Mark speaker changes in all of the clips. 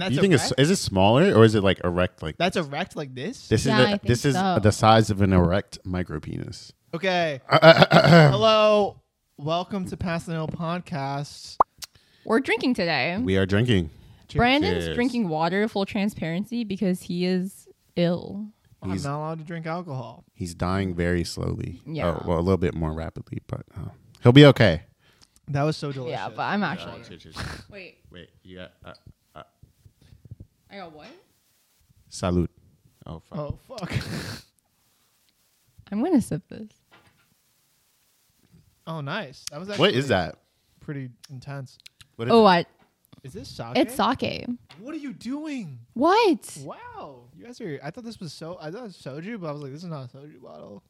Speaker 1: that's
Speaker 2: Do you
Speaker 1: a
Speaker 2: think
Speaker 1: rect?
Speaker 2: it's is it smaller or is it like erect like
Speaker 1: that's erect like this?
Speaker 2: this
Speaker 3: Yeah,
Speaker 2: is
Speaker 3: I
Speaker 2: the,
Speaker 3: think
Speaker 2: this is
Speaker 3: so.
Speaker 2: the size of an erect micropenis.
Speaker 1: Okay. Hello. Welcome to Pass the Hill podcast.
Speaker 3: We're drinking today.
Speaker 2: We are drinking.
Speaker 1: Cheers.
Speaker 3: Brandon's
Speaker 2: Hmm? Cheers.
Speaker 3: drinking water, full transparency, because he is ill.
Speaker 1: I'm
Speaker 2: He's-
Speaker 1: not allowed to drink alcohol.
Speaker 2: He's dying very slowly.
Speaker 3: Yeah.
Speaker 2: Oh, well, a little bit more rapidly, but uh, he'll be okay.
Speaker 1: That was so delicious.
Speaker 3: Yeah, but I'm actually. Wait,
Speaker 2: Wait, you got uh,
Speaker 3: I got what?
Speaker 2: salute. Oh, fuck.
Speaker 1: oh fuck.
Speaker 3: I'm gonna sip this.
Speaker 1: Oh nice. That was actually
Speaker 2: what is that?
Speaker 1: Pretty intense.
Speaker 2: What is
Speaker 3: Oh,
Speaker 2: that?
Speaker 3: I,
Speaker 1: Is this sake?
Speaker 3: it's sake.
Speaker 1: What are you doing?
Speaker 3: What?
Speaker 1: Wow. You guys are. I thought this was so. I thought it was soju, but I was like, this is not a soju bottle.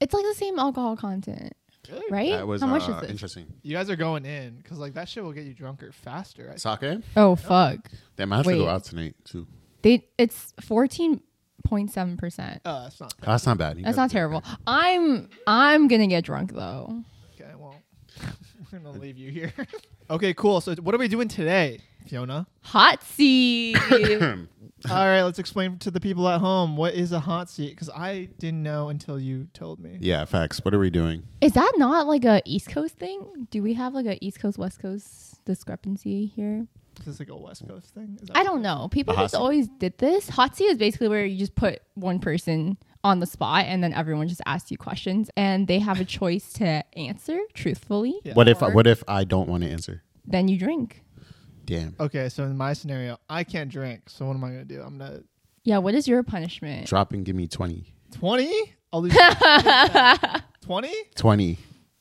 Speaker 3: It's like the same alcohol content,
Speaker 1: Really?
Speaker 3: right?
Speaker 2: that was
Speaker 3: How much
Speaker 2: uh,
Speaker 3: is this?
Speaker 2: interesting.
Speaker 1: You guys are going in because like that shit will get you drunker faster. I
Speaker 2: Sake?
Speaker 3: Oh fuck!
Speaker 2: Damn, I have to go
Speaker 3: Wait.
Speaker 2: out tonight too.
Speaker 3: They it's fourteen point seven percent.
Speaker 1: Uh, that's not
Speaker 2: Oh, that's not bad. You guys
Speaker 3: That's not
Speaker 2: are
Speaker 3: terrible. I'm I'm gonna get drunk though.
Speaker 1: okay. Well, we're gonna leave you here. okay, cool. So what are we doing today, Fiona?
Speaker 3: Hot seat.
Speaker 2: Hmm.
Speaker 1: All right, let's explain to the people at home what is a hot seat because I didn't know until you told me.
Speaker 2: good. Yeah, facts. What are we doing?
Speaker 3: is that not like a East Coast thing? Do we have like a East Coast West Coast discrepancy here?
Speaker 1: Is this like a West Coast thing? Is that
Speaker 3: I don't know. People
Speaker 2: A hot
Speaker 3: just
Speaker 2: seat?
Speaker 3: always did this. Hot seat is basically where you just put one person on the spot and then everyone just asks you questions and they have a choice to answer truthfully.
Speaker 1: Yeah.
Speaker 2: What if
Speaker 3: Or-
Speaker 2: what if I don't want to answer?
Speaker 3: Then you drink.
Speaker 2: Damn.
Speaker 1: Okay, so in my scenario, I can't drink. So what am I gonna do? I'm gonna
Speaker 3: Yeah, what is your punishment?
Speaker 2: Drop and give me 20.
Speaker 1: twenty. I'll lose twenty.
Speaker 2: 20.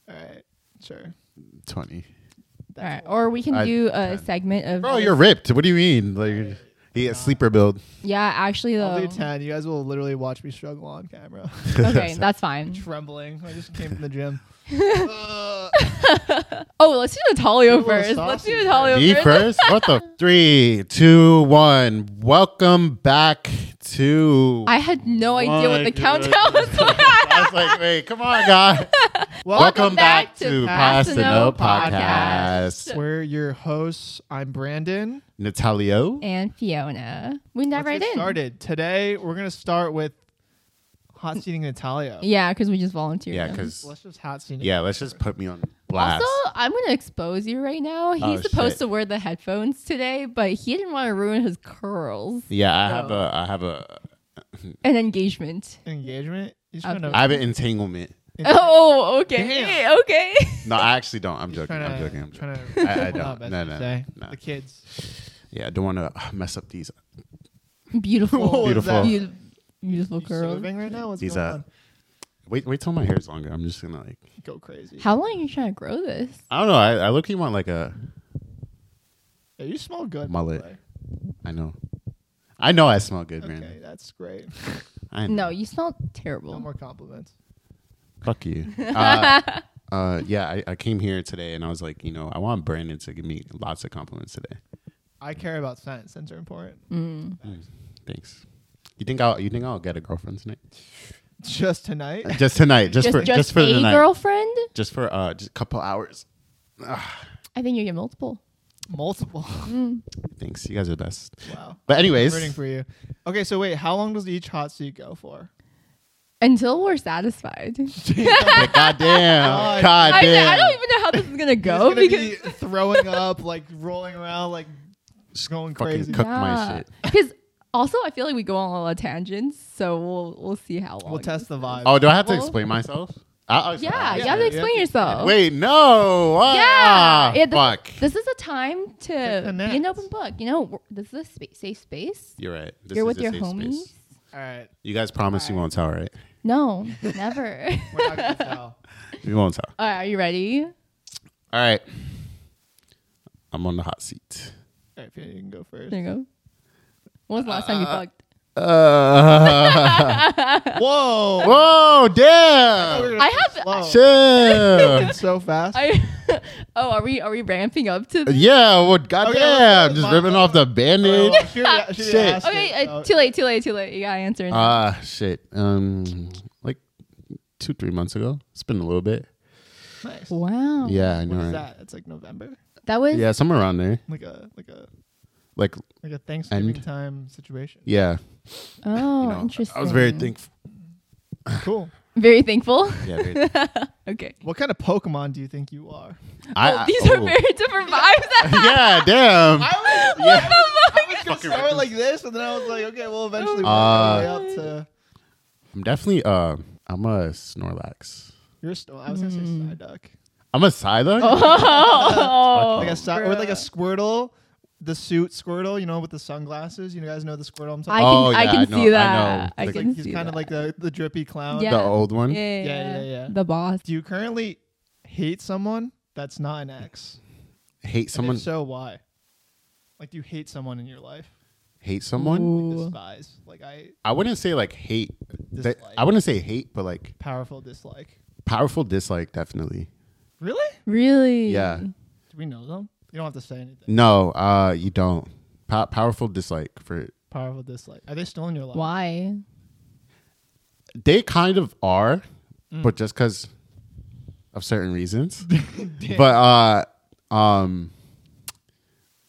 Speaker 1: All right, sure.
Speaker 2: 20.
Speaker 3: All right. Or we can
Speaker 2: I-
Speaker 3: do a segment of
Speaker 2: Bro, you're ripped. What do you mean? Like he a sleeper build.
Speaker 3: Yeah, actually
Speaker 1: I'll
Speaker 3: though.
Speaker 1: do ten. You guys will literally watch me struggle on camera,
Speaker 3: Okay, that's fine.
Speaker 1: trembling. I just came from the gym. Uh,
Speaker 3: Oh, let's do Natalio
Speaker 1: Do a little
Speaker 3: first. Let's do
Speaker 1: sausage
Speaker 2: Me
Speaker 3: Natalio first.
Speaker 2: first? What the? Three, two, one. Welcome back to.
Speaker 3: I had no idea what
Speaker 2: My
Speaker 3: the countdown was.
Speaker 2: goodness. I was like, wait, come on, guys. Welcome back, to Pass the No Podcast.
Speaker 1: We're your hosts. I'm Brandon.
Speaker 2: Natalio.
Speaker 3: And Fiona. We can dive
Speaker 1: Let's
Speaker 3: right
Speaker 1: get
Speaker 3: in.
Speaker 1: started. Today, we're going to start with hot seating Natalia.
Speaker 3: Yeah, because we just volunteered.
Speaker 2: Yeah,
Speaker 3: them.
Speaker 2: because,
Speaker 1: Let's just hot seat.
Speaker 2: yeah, let's just put me on blast.
Speaker 3: Also, I'm going to expose you right now. He's
Speaker 2: Oh,
Speaker 3: supposed
Speaker 2: shit.
Speaker 3: to wear the headphones today, but he didn't want to ruin his curls.
Speaker 2: yeah, I have a, I have a,
Speaker 3: An engagement.
Speaker 1: Engagement? You're trying to,
Speaker 2: I have an entanglement.
Speaker 3: Oh, okay.
Speaker 1: Damn.
Speaker 3: Okay.
Speaker 2: No, I actually don't. I'm joking.
Speaker 1: trying to,
Speaker 2: I'm joking. I'm joking.
Speaker 1: trying to
Speaker 2: I, I
Speaker 1: hold
Speaker 2: don't.
Speaker 1: up, as
Speaker 2: No,
Speaker 1: they
Speaker 2: no,
Speaker 1: say.
Speaker 2: no.
Speaker 1: The kids.
Speaker 2: Yeah, I don't want to mess up these
Speaker 3: Beautiful.
Speaker 1: What was that?
Speaker 3: Beautiful. Beautiful
Speaker 1: You
Speaker 3: curls.
Speaker 1: serving right now? What's
Speaker 2: These
Speaker 1: going
Speaker 2: uh,
Speaker 1: on?
Speaker 2: wait, wait till my hair's longer. I'm just gonna like.
Speaker 1: Go crazy.
Speaker 3: How long are you trying to grow this?
Speaker 2: I don't know. I, I look. You want like a.
Speaker 1: Yeah, you smell good. by the
Speaker 2: Mullet.
Speaker 1: way.
Speaker 2: I know. I know I smell good, man.
Speaker 1: Okay, that's great.
Speaker 2: I know.
Speaker 3: No, you smell
Speaker 1: No
Speaker 3: terrible.
Speaker 1: more compliments.
Speaker 2: Fuck you. Uh, uh, yeah, I, I came here today and I was like, you know, I want Brandon to give me lots of compliments today.
Speaker 1: I care about scents. Scents are important.
Speaker 3: Mm.
Speaker 2: Thanks. You think I'll you think I'll get a girlfriend tonight?
Speaker 1: Just tonight.
Speaker 2: Just tonight, just,
Speaker 3: Just,
Speaker 2: for just,
Speaker 3: just
Speaker 2: for
Speaker 3: a
Speaker 2: the night,
Speaker 3: girlfriend?
Speaker 2: just for uh, just a couple hours.
Speaker 3: I think you get multiple.
Speaker 1: Multiple.
Speaker 2: Thanks, you guys are the best.
Speaker 1: wow.
Speaker 2: But anyways,
Speaker 1: rooting for you. Okay, so wait, how long does each hot seat go for?
Speaker 3: Until we're satisfied.
Speaker 2: yeah, goddamn,
Speaker 1: God.
Speaker 3: I, I
Speaker 2: goddamn.
Speaker 3: don't even know how this is gonna go
Speaker 1: It's gonna
Speaker 3: because
Speaker 1: be throwing up, like rolling around, like just going
Speaker 2: fucking
Speaker 1: crazy.
Speaker 2: cook my shit.
Speaker 3: Because also, I feel like we go on a lot of tangents, so we'll we'll see how long.
Speaker 1: We'll test the vibe.
Speaker 2: Oh, do I have to
Speaker 3: Well-
Speaker 2: explain myself? I, I'll explain
Speaker 3: Yeah,
Speaker 2: myself.
Speaker 3: you have to
Speaker 1: Yeah.
Speaker 3: explain yourself.
Speaker 2: Wait, no. Ah,
Speaker 3: Oh. Yeah, this-
Speaker 2: fuck.
Speaker 3: This is a time to
Speaker 1: connect.
Speaker 3: be an open book. You know, w- this is a spa- safe space.
Speaker 2: You're right. This
Speaker 3: You're
Speaker 2: is
Speaker 3: with
Speaker 2: a
Speaker 3: your
Speaker 2: safe
Speaker 3: homies.
Speaker 2: space.
Speaker 1: All right,
Speaker 2: You guys promise you won't tell, right?
Speaker 3: No, never.
Speaker 1: we're not gonna tell.
Speaker 2: You won't tell.
Speaker 3: All right, are you ready?
Speaker 2: All right. I'm on the hot seat.
Speaker 1: All right, Fiona, you can go first.
Speaker 3: There you go. When was the last time you fucked?
Speaker 2: Uh,
Speaker 1: Whoa!
Speaker 2: whoa,
Speaker 1: We're
Speaker 2: damn.
Speaker 1: gonna
Speaker 3: I
Speaker 1: go
Speaker 3: have-
Speaker 1: slow.
Speaker 2: Chill.
Speaker 1: so fast.
Speaker 3: I oh, are we are we ramping up to? This?
Speaker 2: yeah, well, goddamn.
Speaker 1: let's go.
Speaker 2: Just ripping off the
Speaker 1: Oh,
Speaker 2: bandage.
Speaker 1: well, she already- she
Speaker 2: Shit.
Speaker 1: asked
Speaker 3: Okay,
Speaker 1: it,
Speaker 3: uh,
Speaker 1: so-
Speaker 3: too late, too late, too late. You gotta answer. now.
Speaker 2: Ah, shit. Um, like two, three months ago. It's been a little bit.
Speaker 1: nice.
Speaker 3: wow.
Speaker 2: Yeah, I know.
Speaker 1: What is
Speaker 2: right?
Speaker 1: that? It's like November,
Speaker 3: That was
Speaker 2: Yeah, somewhere around there.
Speaker 1: like a like a
Speaker 2: like
Speaker 1: like a Thanksgiving
Speaker 2: And-
Speaker 1: time situation.
Speaker 2: yeah.
Speaker 3: Oh,
Speaker 2: you know,
Speaker 3: interesting.
Speaker 2: I was very thankful.
Speaker 1: Cool.
Speaker 3: Very thankful.
Speaker 2: Yeah, very,
Speaker 3: Okay.
Speaker 1: What kind of Pokemon do you think you are?
Speaker 2: I,
Speaker 3: oh,
Speaker 2: I-
Speaker 3: these are
Speaker 2: oh.
Speaker 3: very different vibes.
Speaker 2: yeah, damn.
Speaker 1: I was,
Speaker 2: yeah.
Speaker 1: I was gonna start like this, and then I was like, okay, we'll eventually
Speaker 2: Uh,
Speaker 1: work our way up to.
Speaker 2: I'm definitely uh, I'm a Snorlax.
Speaker 1: You're a sto- I was gonna say Psyduck,
Speaker 2: I'm a Psylocke.
Speaker 1: like a
Speaker 3: oh.
Speaker 1: Psy- or like a Squirtle, the suit Squirtle, you know, with the sunglasses. You guys know the Squirtle. I'm talking.
Speaker 3: I can,
Speaker 2: Oh,
Speaker 3: I
Speaker 2: yeah,
Speaker 3: can
Speaker 2: I
Speaker 3: see
Speaker 2: know- I know.
Speaker 3: that.
Speaker 2: It's
Speaker 3: I,
Speaker 1: He's
Speaker 3: can
Speaker 1: like-
Speaker 3: see
Speaker 1: he's kind of
Speaker 3: that.
Speaker 1: like the the drippy clown.
Speaker 3: Yeah.
Speaker 2: The old one.
Speaker 3: yeah, yeah, yeah,
Speaker 1: yeah, yeah.
Speaker 3: The boss.
Speaker 1: Do you currently hate someone that's not an ex?
Speaker 2: Hate
Speaker 1: Someone.
Speaker 2: someone.
Speaker 1: And if so why? Like, do you hate someone in your life?
Speaker 2: Hate someone.
Speaker 3: Ooh.
Speaker 1: Like, despise. Like, I
Speaker 2: I wouldn't say like hate. That,
Speaker 1: Dislike.
Speaker 2: I wouldn't say hate, but like
Speaker 1: powerful dislike.
Speaker 2: powerful dislike, definitely.
Speaker 1: Really?
Speaker 3: Really?
Speaker 2: Yeah.
Speaker 1: Do we know them? You don't have to say anything.
Speaker 2: No, uh, you don't. Po- powerful dislike for
Speaker 1: Powerful dislike. Are they still in your life?
Speaker 3: Why?
Speaker 2: they kind of are, but just because of certain reasons. but uh, um,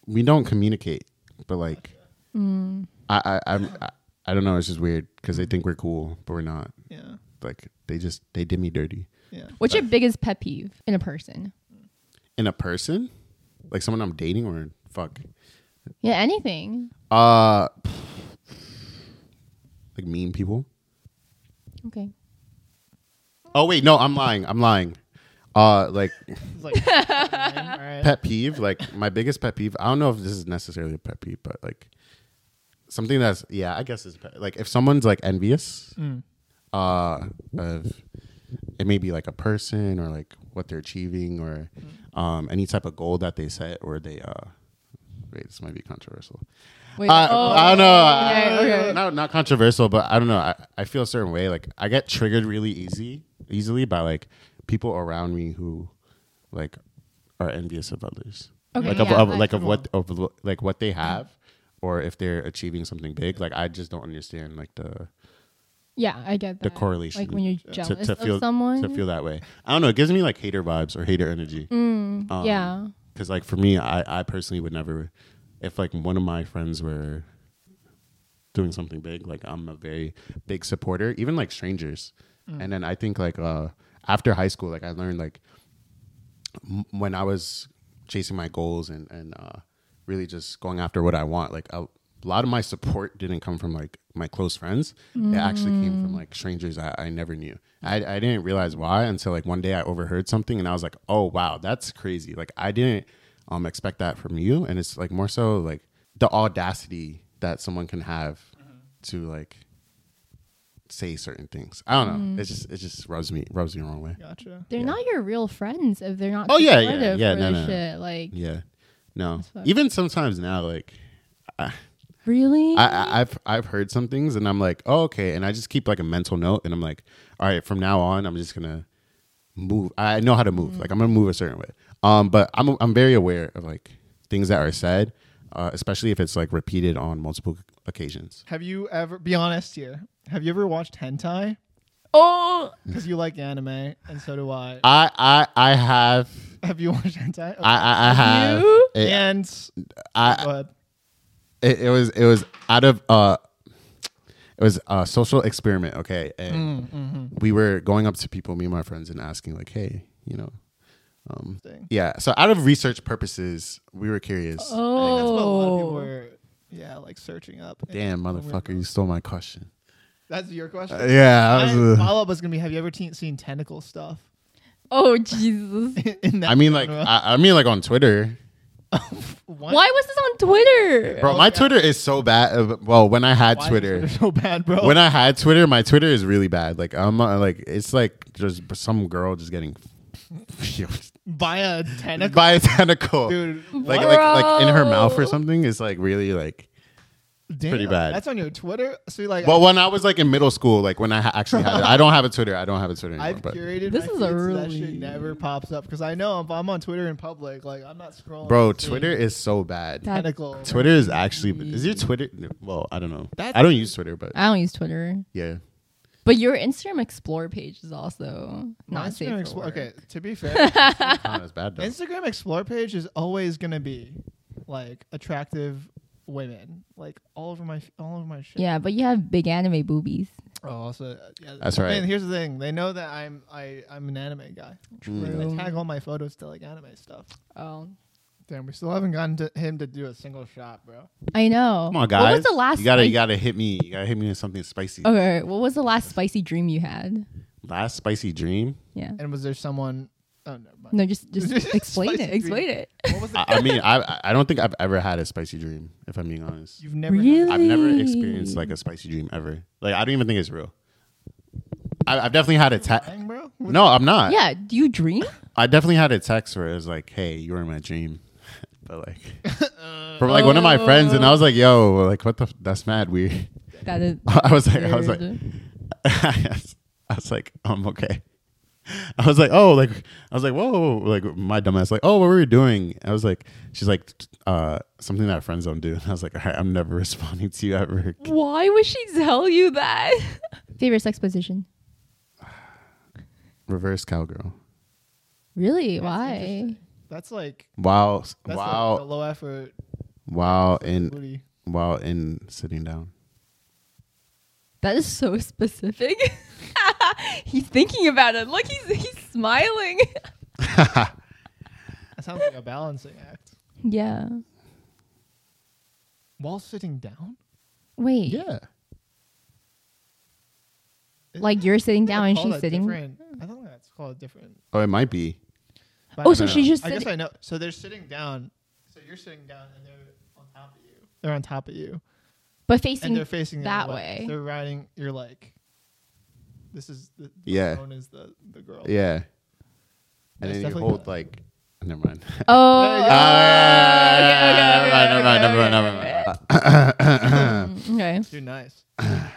Speaker 2: we don't communicate. But like, I I I'm, I I don't know. It's just weird because they think we're cool, but we're not.
Speaker 1: Yeah.
Speaker 2: Like they just they did me dirty
Speaker 1: Yeah.
Speaker 3: What's your
Speaker 2: Uh,
Speaker 3: biggest pet peeve in a person?
Speaker 2: in a person, like someone I'm dating or fuck.
Speaker 3: Yeah, anything.
Speaker 2: Uh, like mean people.
Speaker 3: Okay.
Speaker 2: Oh wait, no, I'm lying. I'm lying. Uh, like
Speaker 1: It's like, fucking lame. All right.
Speaker 2: pet peeve, like my biggest pet peeve. I don't know if this is necessarily a pet peeve, but like something that's yeah, I guess is pet, like if someone's like envious, uh, of it may be like a person or like what they're achieving or um any type of goal that they set or they uh. Wait, this might be controversial.
Speaker 3: Wait. Oh,
Speaker 2: I, I don't know. I-
Speaker 3: Okay, okay.
Speaker 2: Not not controversial, but I don't know. I, I feel a certain way. Like I get triggered really easy, easily by like people around me who like are envious of others.
Speaker 3: Okay,
Speaker 2: like of,
Speaker 3: yeah,
Speaker 2: of
Speaker 3: I-
Speaker 2: like of what of lo- like what they have, or if they're achieving something big. Like I just don't understand like the
Speaker 3: yeah, I get
Speaker 2: the
Speaker 3: that.
Speaker 2: correlation.
Speaker 3: Like when you're
Speaker 2: to-
Speaker 3: jealous
Speaker 2: to, feel
Speaker 3: of someone.
Speaker 2: to feel that way. I don't know. It gives me like hater vibes or hater energy. Um,
Speaker 3: Hmm, yeah.
Speaker 2: because like for me I, I personally would never if like one of my friends were doing something big like i'm a very big supporter even like strangers and then i think like uh after high school like i learned like m- when i was chasing my goals and and uh really just going after what i want like a lot of my support didn't come from like my close friends it actually came from like strangers i, I never knew I, I didn't realize why until like one day i overheard something and i was like oh wow that's crazy like i didn't um expect that from you and it's like more so like the audacity that someone can have to like say certain things i don't know it just it just rubs me rubs me the wrong way
Speaker 1: Gotcha.
Speaker 3: They're
Speaker 2: Yeah.
Speaker 3: not your real friends if they're not.
Speaker 2: Oh, yeah, yeah,
Speaker 3: supportive
Speaker 2: yeah,
Speaker 3: for
Speaker 2: no,
Speaker 3: the
Speaker 2: no.
Speaker 3: shit. Like
Speaker 2: Yeah. No.
Speaker 3: fucked.
Speaker 2: Even sometimes now, like
Speaker 3: really?
Speaker 2: I, I, I've I've heard some things and I'm like, oh, okay, and I just keep like a mental note and I'm like, all right, from now on, I'm just gonna move. I know how to
Speaker 3: Mm.
Speaker 2: move. Like I'm gonna move a certain way. Um, but I'm I'm very aware of like things that are said, uh, especially if it's like repeated on multiple occasions.
Speaker 1: Have you ever, be honest here, have you ever watched hentai?
Speaker 3: oh,
Speaker 1: Because you like anime, and so do I.
Speaker 2: I I I have
Speaker 1: have you watched hentai? Okay.
Speaker 2: I I, I have
Speaker 3: You?
Speaker 2: it,
Speaker 1: and
Speaker 2: I
Speaker 1: go ahead.
Speaker 2: it, it was it was out of uh it was a social experiment okay
Speaker 1: Mm,
Speaker 2: and
Speaker 1: mm-hmm.
Speaker 2: we were going up to people me and my friends and asking like hey you know
Speaker 1: Thing.
Speaker 2: yeah so out of research purposes we were curious
Speaker 1: That's what a lot of people
Speaker 3: oh.
Speaker 1: were, yeah, like searching up.
Speaker 2: damn motherfucker you stole my question
Speaker 1: That's your question.
Speaker 2: yeah I, was, uh,
Speaker 1: Follow up was gonna be: Have you ever teen- seen tentacle stuff?
Speaker 3: Oh Jesus!
Speaker 1: In that
Speaker 2: I mean like
Speaker 1: genre?
Speaker 2: I, I mean like on twitter
Speaker 1: What?
Speaker 3: Why was this on Twitter?
Speaker 2: bro my twitter is so bad Uh, well when i had
Speaker 1: Oh, Why is
Speaker 2: twitter
Speaker 1: so bad, bro?
Speaker 2: when i had twitter my twitter is really bad like i'm uh, like it's like just some girl just getting
Speaker 1: buy a tentacle,
Speaker 2: by a tentacle
Speaker 1: dude.
Speaker 2: like
Speaker 1: what?
Speaker 2: like like in her mouth or
Speaker 3: Bro.
Speaker 2: something is like really like
Speaker 1: Damn,
Speaker 2: pretty bad.
Speaker 1: That's on your Twitter. So like,
Speaker 2: well when i was like in middle school like when i ha- actually had it i don't have a twitter i don't have a twitter anymore
Speaker 1: I've
Speaker 2: but
Speaker 1: curated
Speaker 3: This
Speaker 1: my
Speaker 3: is a
Speaker 1: feed so that
Speaker 3: really-
Speaker 1: shit never pops up because I know if I'm on Twitter in public, like I'm not scrolling.
Speaker 2: bro
Speaker 1: to see
Speaker 2: twitter is so bad
Speaker 3: That-
Speaker 1: tentacle.
Speaker 2: twitter is actually is your twitter well i don't know
Speaker 1: That's-
Speaker 2: i don't use twitter but
Speaker 3: I don't use Twitter,
Speaker 2: yeah
Speaker 3: but your Instagram Explore page is also
Speaker 1: My
Speaker 3: not safe.
Speaker 1: Instagram
Speaker 3: for
Speaker 1: Explore-
Speaker 3: work.
Speaker 1: okay, to be fair,
Speaker 2: it's bad though
Speaker 1: Instagram Explore page is always gonna be like attractive women, like all over my all over my shit.
Speaker 3: Yeah, but you have big anime boobies.
Speaker 1: Oh, also, yeah,
Speaker 2: That's
Speaker 1: and
Speaker 2: right.
Speaker 1: here's the thing: they know that I'm I I'm an anime guy. They
Speaker 2: Mm.
Speaker 3: True.
Speaker 1: tag all my photos to like anime stuff.
Speaker 3: Oh,
Speaker 1: Damn, we still haven't gotten to him to do a single shot, bro.
Speaker 3: I know.
Speaker 2: Come on, guys.
Speaker 3: What was the last? Oh.
Speaker 2: You gotta,
Speaker 3: spicy-
Speaker 2: you gotta hit me. You gotta hit me with something spicy.
Speaker 3: Okay, what was the last spicy dream you had?
Speaker 2: Last spicy dream.
Speaker 3: Yeah.
Speaker 1: And was there someone? Oh no,
Speaker 3: No, just just explain
Speaker 1: Spicy
Speaker 3: it. Explain
Speaker 1: dream.
Speaker 3: it.
Speaker 1: What was
Speaker 2: I,
Speaker 1: it?
Speaker 2: I mean, I, I- I don't think I've ever had a spicy dream. If I'm being honest,
Speaker 1: You've never.
Speaker 3: Really?
Speaker 2: I've never experienced
Speaker 3: Really?
Speaker 2: like a spicy dream ever. Like I don't even think it's real. I, I've definitely had a
Speaker 1: Had
Speaker 2: text.
Speaker 1: Dang, bro.
Speaker 2: No, I'm not.
Speaker 3: Yeah. Do you dream?
Speaker 2: I definitely had a text where it was like, "Hey, you were in my dream," but like from like one of my friends, and I was like, "Yo, like what the? F- that's mad weird."
Speaker 3: That is.
Speaker 2: I was like, I was like,
Speaker 3: weird.
Speaker 2: I was like, um, okay. I was like, oh, like I was like, whoa, like my dumbass, like, oh, what were you doing? I was like, she's like, uh, something that friends don't do. And I was like, all right, I'm never responding to you ever.
Speaker 3: Why would she tell you that? Favorite sex position?
Speaker 2: Reverse cowgirl.
Speaker 3: Really?
Speaker 1: That's
Speaker 3: Why?
Speaker 1: interesting. That's like
Speaker 2: Wow,
Speaker 1: that's
Speaker 2: wow,
Speaker 1: like the low effort
Speaker 2: wow, in
Speaker 1: booty.
Speaker 2: wow, in sitting down.
Speaker 3: That is so specific. he's thinking about it. Look, he's he's smiling.
Speaker 1: That sounds like a balancing act.
Speaker 3: Yeah.
Speaker 1: While sitting down,
Speaker 3: Wait.
Speaker 2: Yeah,
Speaker 3: Like you're sitting down and
Speaker 1: Call
Speaker 3: she's
Speaker 1: that
Speaker 3: sitting.
Speaker 1: different- I don't think that's called different.
Speaker 2: oh, it might be.
Speaker 1: But
Speaker 3: Oh,
Speaker 1: I
Speaker 3: so
Speaker 1: don't
Speaker 3: she's
Speaker 1: know.
Speaker 3: just
Speaker 1: I guess
Speaker 3: sitting-
Speaker 1: I know. So they're sitting down. So you're sitting down, and they're on top of you. They're on top of you,
Speaker 3: But
Speaker 1: and they're
Speaker 3: facing.
Speaker 1: facing the
Speaker 3: that
Speaker 1: other way.
Speaker 3: way.
Speaker 1: They're riding. You're like, this is the, the
Speaker 2: Yeah.
Speaker 1: phone is the the girl.
Speaker 2: Yeah,
Speaker 1: That's
Speaker 2: and then you
Speaker 1: definitely
Speaker 2: hold
Speaker 1: not-
Speaker 2: like. Never mind.
Speaker 3: Oh.
Speaker 1: Yeah,
Speaker 2: Uh, never mind. Never mind. Never mind. Never mind.
Speaker 3: Okay.
Speaker 1: You're nice.
Speaker 2: I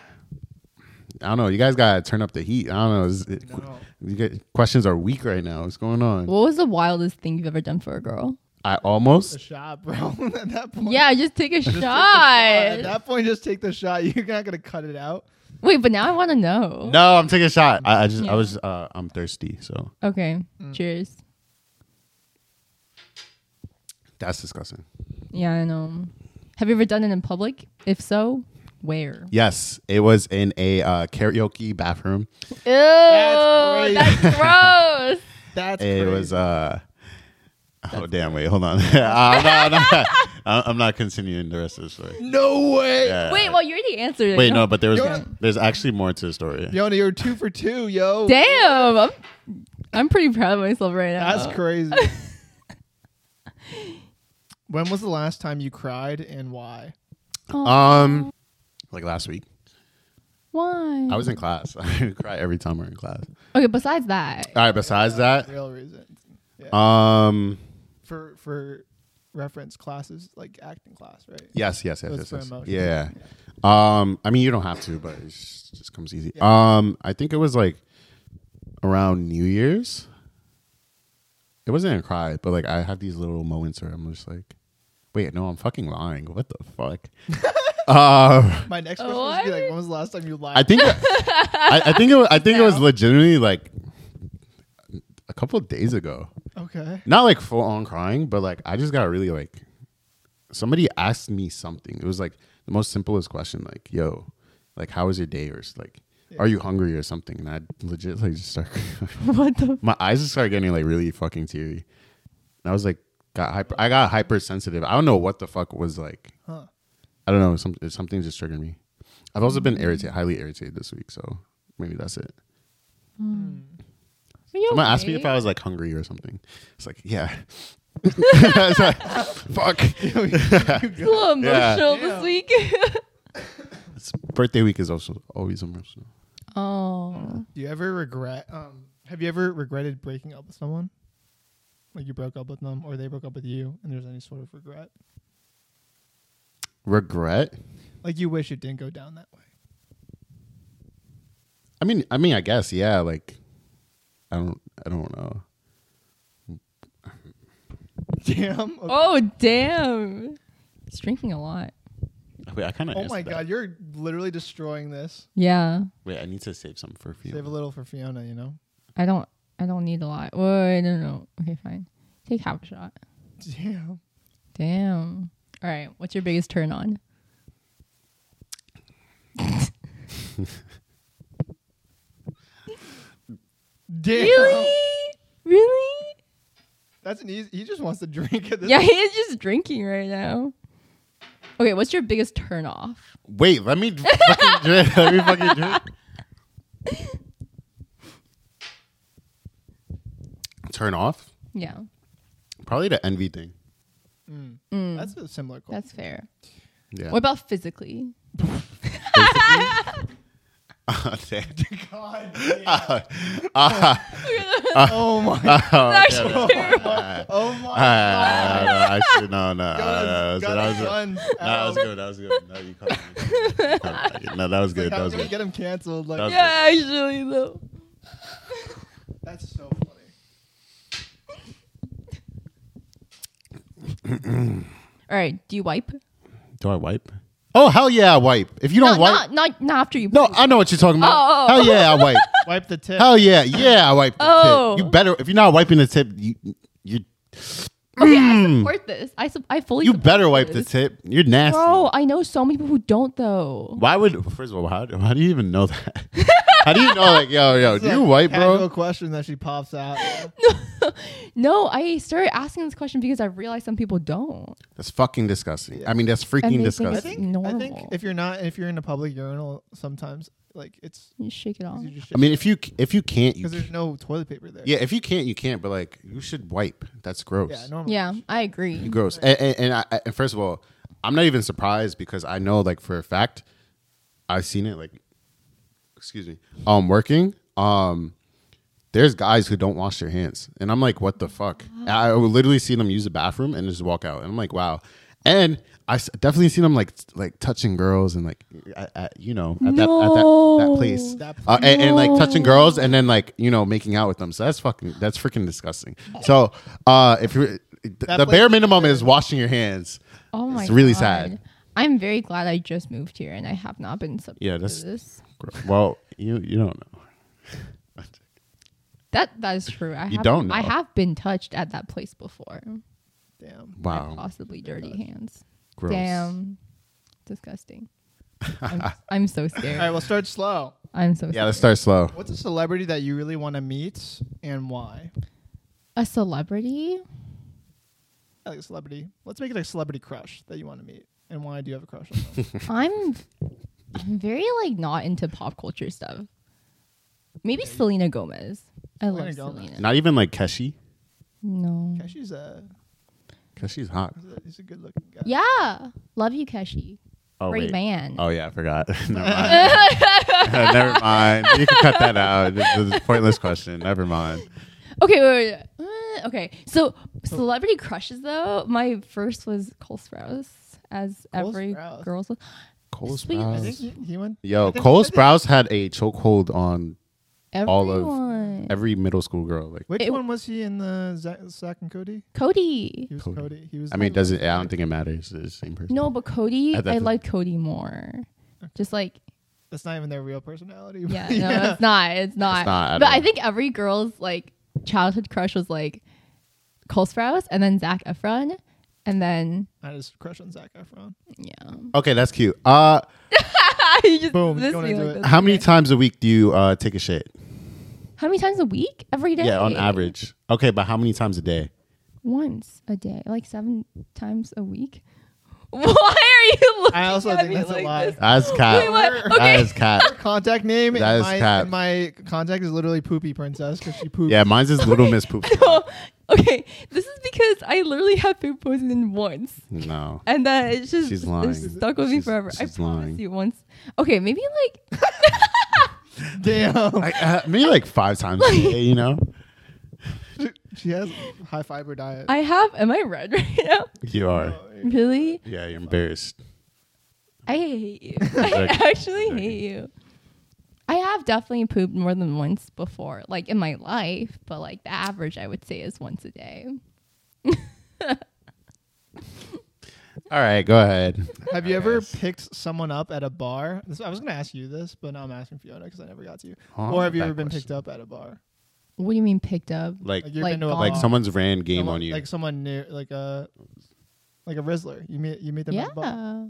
Speaker 2: don't know. You guys gotta turn up the heat. I don't know. Is it-
Speaker 1: No.
Speaker 2: You get, questions are weak right now. What's going on?
Speaker 3: What was the wildest thing you've ever done for a girl?
Speaker 2: I
Speaker 1: The
Speaker 2: almost.
Speaker 1: shot, bro. At that point.
Speaker 3: Yeah, just take a
Speaker 1: just take the shot. At
Speaker 3: shot.
Speaker 1: that point, just take the shot. You're not gonna cut it out.
Speaker 3: Wait, but now I want to know.
Speaker 2: No, I'm taking a shot. I, I just,
Speaker 3: Yeah.
Speaker 2: I was, uh, I'm thirsty. So
Speaker 3: Okay.
Speaker 1: Mm.
Speaker 3: Cheers.
Speaker 2: that's disgusting.
Speaker 3: Yeah, I know. Have you ever done it in public? If so, where?
Speaker 2: Yes, it was in a uh, karaoke bathroom.
Speaker 3: Ew,
Speaker 1: That's crazy.
Speaker 3: gross.
Speaker 1: That's
Speaker 2: it
Speaker 1: crazy.
Speaker 2: was. Uh, oh damn! Wait, hold on. I'm, not, I'm, not, I'm- I'm not continuing the rest of the story.
Speaker 1: no way.
Speaker 2: Yeah.
Speaker 3: Wait, well, you already answered it.
Speaker 2: Uh, Wait, no, but there was,
Speaker 1: Yeah.
Speaker 2: there's actually more to the story.
Speaker 1: Yona, you're two for two, yo.
Speaker 3: Damn, I'm, I'm pretty proud of myself right now.
Speaker 1: That's crazy. when was the last time you cried and why?
Speaker 3: Oh,
Speaker 2: Um, like last week,
Speaker 3: Why?
Speaker 2: I was in class. I cry every time we're in class.
Speaker 3: okay. Besides that,
Speaker 2: All right. Besides that,
Speaker 1: Real reasons. Yeah.
Speaker 2: um,
Speaker 1: for for reference classes like acting class, right?
Speaker 2: Yes, yes, yes,
Speaker 1: That's
Speaker 2: yes.
Speaker 1: for
Speaker 2: yes.
Speaker 1: emotion.
Speaker 2: Yeah. Um, I mean, you don't have to, but it just, just comes easy. Um, I think it was like around New Year's. It wasn't a cry, but like I have these little moments where I'm just like, wait, no, I'm fucking lying. What the fuck? um,
Speaker 1: My next question is be like,
Speaker 3: What?
Speaker 1: when was the last time you lied?
Speaker 2: I think, I, I think, it was, I think it was
Speaker 3: No.
Speaker 2: legitimately like a couple of days ago
Speaker 1: okay.
Speaker 2: not like full on crying, but like I just got really like somebody asked me something. It was like the most simplest question, like, yo, like how was your day? Or it's like,
Speaker 1: Yeah.
Speaker 2: are you hungry or something? And I legit like just start
Speaker 3: what the?
Speaker 2: my eyes just started getting like really fucking teary. And I was like got hyper I got hypersensitive. I don't know what the fuck was like
Speaker 1: Huh.
Speaker 2: I don't know, some something just triggered me. I've also been
Speaker 1: Mm.
Speaker 2: irritated highly irritated this week, so maybe that's it.
Speaker 3: Are you
Speaker 2: Someone asked me
Speaker 3: okay?
Speaker 2: if I was like hungry or something. It's like, yeah. It's like, fuck.
Speaker 3: It's a little
Speaker 2: Yeah.
Speaker 3: emotional this
Speaker 1: Damn.
Speaker 3: week.
Speaker 2: It's- birthday week is also always emotional.
Speaker 3: oh,
Speaker 1: Do you ever regret um have you ever regretted breaking up with someone? Like you broke up with them or they broke up with you and there's any sort of regret?
Speaker 2: Regret?
Speaker 1: Like you wish it didn't go down that way.
Speaker 2: I mean, I mean, I guess, yeah. Like, I don't, I don't know.
Speaker 1: Damn. Okay.
Speaker 3: oh, damn. He's drinking a lot.
Speaker 2: Wait, I kind of.
Speaker 1: Oh my god, you're literally destroying this.
Speaker 3: Yeah,
Speaker 2: Wait, I need to save some for a few.
Speaker 1: Save a little for Fiona, you know?
Speaker 3: I don't. I don't need a lot. Wait, no, no. no. Okay, fine. Take half a shot.
Speaker 1: Damn.
Speaker 3: Damn. All right. What's your biggest turn on?
Speaker 1: Damn.
Speaker 3: Really? Really?
Speaker 1: That's an easy. He just wants to drink at this.
Speaker 3: Yeah, he is just drinking right now. Okay, what's your biggest turn off?
Speaker 2: Wait, let me fucking drink. Let me fucking drink. Turn off?
Speaker 3: Yeah,
Speaker 2: Probably the envy thing.
Speaker 1: That's a similar call.
Speaker 3: that's fair.
Speaker 2: Yeah.
Speaker 3: What about physically?
Speaker 1: God.
Speaker 2: Ah,
Speaker 1: Oh my.
Speaker 2: oh,
Speaker 3: That's
Speaker 2: damn
Speaker 3: actually
Speaker 2: it.
Speaker 3: terrible.
Speaker 2: Ah,
Speaker 1: Oh my.
Speaker 2: ah, no, I should- no, no, ah,
Speaker 1: Guns,
Speaker 2: no, that was-
Speaker 1: guns, guns.
Speaker 2: That was
Speaker 1: Ow.
Speaker 2: good. That was good. No, you caught me. No, that was good.
Speaker 1: Like,
Speaker 2: That
Speaker 1: how
Speaker 2: was
Speaker 1: can we
Speaker 2: good.
Speaker 1: get him canceled? Like
Speaker 2: That was-
Speaker 3: Yeah, actually though.
Speaker 1: that's so funny.
Speaker 3: All right. Do you wipe?
Speaker 2: Do I wipe? Oh hell yeah, I wipe. If you don't
Speaker 3: no,
Speaker 2: wipe,
Speaker 3: not not not after you.
Speaker 2: no,
Speaker 3: poop.
Speaker 2: I know what you're talking about.
Speaker 3: Oh, oh, oh.
Speaker 2: Hell yeah, I wipe.
Speaker 1: Wipe the tip.
Speaker 2: hell yeah, yeah, I wipe. The
Speaker 3: Oh.
Speaker 2: tip. you better if you're not wiping the tip, you you
Speaker 3: Okay, I support this. I sup- I fully.
Speaker 2: Mm. you
Speaker 3: support
Speaker 2: better wipe the
Speaker 3: this.
Speaker 2: tip. You're nasty.
Speaker 3: Bro, I know so many people who don't though.
Speaker 2: Why would first of all, how, do- how do you even know that? how do you know like yo yo?
Speaker 1: It's
Speaker 2: Do you
Speaker 1: like
Speaker 2: wipe,
Speaker 1: casual
Speaker 2: bro?
Speaker 1: question that she pops out.
Speaker 3: No, I started asking this question because I realized some people don't.
Speaker 2: That's fucking disgusting. I mean, that's freaking
Speaker 3: And they think
Speaker 1: I
Speaker 3: That's
Speaker 2: disgusting.
Speaker 1: think. I
Speaker 3: normal.
Speaker 1: think if you're not, if you're in a public urinal, sometimes like it's.
Speaker 3: You shake it off.
Speaker 1: You just
Speaker 2: I mean, if you if you can't, you
Speaker 1: because
Speaker 2: can't.
Speaker 1: there's no toilet paper there.
Speaker 2: yeah, if you can't, you can't. But like, you should wipe. That's gross.
Speaker 1: Yeah. Normally.
Speaker 3: Yeah, I agree.
Speaker 2: gross. And, and, and, I, I- and first of all, I'm not even surprised because I know, like for a fact, I've seen it. Like, excuse me, um, working, um, there's guys who don't wash their hands, and I'm like, what the fuck? I would literally see them use the bathroom and just walk out, and I'm like, wow. And I s- definitely seen them like t- like touching girls and like at, at, you know at that at that, that
Speaker 3: No.
Speaker 2: place,
Speaker 1: That
Speaker 2: Uh, and, and like touching
Speaker 3: No.
Speaker 2: girls and then like you know making out with them. So that's fucking that's freaking disgusting. So uh if you the
Speaker 1: place-
Speaker 2: bare minimum is washing your hands.
Speaker 3: Oh my
Speaker 2: it's really
Speaker 3: God.
Speaker 2: sad.
Speaker 3: I'm very glad I just moved here and I have not been subject
Speaker 2: Yeah,
Speaker 3: to
Speaker 2: that's-
Speaker 3: this.
Speaker 2: Well, you you don't know.
Speaker 3: That that is true. I
Speaker 2: You
Speaker 3: have,
Speaker 2: don't
Speaker 3: I
Speaker 2: know.
Speaker 3: have been touched at that place before.
Speaker 1: Damn.
Speaker 3: By
Speaker 2: Wow,
Speaker 3: possibly dirty hands.
Speaker 2: Oh. gross.
Speaker 3: Oh, Damn. Disgusting. I'm, I'm so
Speaker 1: All right.
Speaker 3: scared.
Speaker 1: We'll start slow.
Speaker 3: I'm so
Speaker 2: Yeah, let's
Speaker 3: scared.
Speaker 2: start slow.
Speaker 1: What's a celebrity that you really want to meet and why?
Speaker 3: A celebrity?
Speaker 1: I like a celebrity. Let's make it a celebrity crush that you want to meet and why do you have a crush on them?
Speaker 3: I'm I'm very like not into pop culture stuff. Maybe Selena Gomez. I
Speaker 1: Selena
Speaker 3: love
Speaker 1: Gomez.
Speaker 3: Selena.
Speaker 2: Not even like Keshi.
Speaker 3: No.
Speaker 1: Keshi's a
Speaker 2: Keshi's hot.
Speaker 1: he's a- he's a good looking guy.
Speaker 3: Yeah. Love you, Keshi.
Speaker 2: Oh
Speaker 3: Great
Speaker 2: wait.
Speaker 3: man.
Speaker 2: Oh yeah, I forgot. Never mind. Never mind. You can cut that out. This is a pointless question. Never mind.
Speaker 3: Okay, wait, wait, wait. Uh, okay. So celebrity crushes though. My first was Cole Sprouse, as
Speaker 1: Cole
Speaker 3: every
Speaker 1: Sprouse.
Speaker 3: girl's.
Speaker 2: Cole
Speaker 3: Sweet.
Speaker 1: I think
Speaker 2: Sprouse.
Speaker 1: he, he went
Speaker 2: Yo, Cole Sprouse had a chokehold on
Speaker 3: Everyone.
Speaker 2: All of- every middle school girl. Like,
Speaker 1: Which
Speaker 3: It-
Speaker 1: one was he in the Zach, Zach and Cody?
Speaker 3: Cody.
Speaker 1: He was Cody.
Speaker 2: Cody.
Speaker 1: He was
Speaker 2: I mean,
Speaker 1: the-
Speaker 2: does it? I don't think it matters. It's the same person.
Speaker 3: No, but Cody.
Speaker 2: At that
Speaker 3: I
Speaker 2: time.
Speaker 3: like Cody more. Just like
Speaker 1: that's not even their real personality.
Speaker 3: yeah, no, it's not. It's not.
Speaker 2: not at
Speaker 3: but I
Speaker 2: all.
Speaker 3: think every girl's like childhood crush was like Cole Sprouse, and then Zach Efron, and then
Speaker 1: I just crush on Zach Efron.
Speaker 3: yeah.
Speaker 2: Okay, that's cute. Uh,
Speaker 3: You just
Speaker 1: Boom,
Speaker 3: missed
Speaker 1: going
Speaker 3: me
Speaker 1: into
Speaker 3: like
Speaker 1: it.
Speaker 3: this.
Speaker 2: how many times a week do you uh take a shit?
Speaker 3: How many times a week? Every day.
Speaker 2: Yeah, on average. Okay, but how many times a day?
Speaker 3: once a day, like seven times a week. Why are you looking
Speaker 1: I also
Speaker 3: at
Speaker 1: think
Speaker 3: me
Speaker 1: that's
Speaker 3: like
Speaker 1: a lie.
Speaker 3: this?
Speaker 2: That's
Speaker 3: Wait,
Speaker 2: cat.
Speaker 3: what?
Speaker 2: That
Speaker 3: Okay.
Speaker 2: is cat.
Speaker 1: Contact name
Speaker 2: That
Speaker 1: and,
Speaker 2: is
Speaker 1: my,
Speaker 2: cap.
Speaker 1: and my contact is literally Poopy Princess because she poops.
Speaker 2: Yeah, mine's is Little Miss Poop.
Speaker 3: okay, this is because I literally have food poisoning once,
Speaker 2: No.
Speaker 3: and that it's just
Speaker 2: She's
Speaker 3: it's
Speaker 2: lying.
Speaker 3: stuck with me
Speaker 2: She's-
Speaker 3: forever. I
Speaker 2: she's
Speaker 3: promise
Speaker 2: lying.
Speaker 3: you once. Okay, maybe like
Speaker 1: Damn.
Speaker 2: Like, uh, maybe like five times a day, you know?
Speaker 1: she has high fiber diet.
Speaker 3: I have. Am I red right now?
Speaker 2: You are.
Speaker 3: Really?
Speaker 2: Oh, Yeah, you're embarrassed.
Speaker 3: I hate you. I
Speaker 2: Okay.
Speaker 3: actually
Speaker 2: Okay.
Speaker 3: hate you. I have definitely pooped more than once before, like in my life, but like the average I would say is once a day.
Speaker 2: All right, go ahead.
Speaker 1: Have you ever picked someone up at a bar? This, I was going to ask you this, but now I'm asking Fiona because I never got to you.
Speaker 2: Oh,
Speaker 1: or have you
Speaker 2: that
Speaker 1: ever been
Speaker 2: question.
Speaker 1: picked up at a bar?
Speaker 3: What do you mean picked up?
Speaker 2: Like,
Speaker 1: you've
Speaker 3: Like
Speaker 1: been to a
Speaker 3: gone.
Speaker 2: like
Speaker 1: bar,
Speaker 2: someone's ran game
Speaker 1: someone-
Speaker 2: on you.
Speaker 1: Like someone near, like a like a Rizzler. You made you made them out of butt.
Speaker 3: yeah.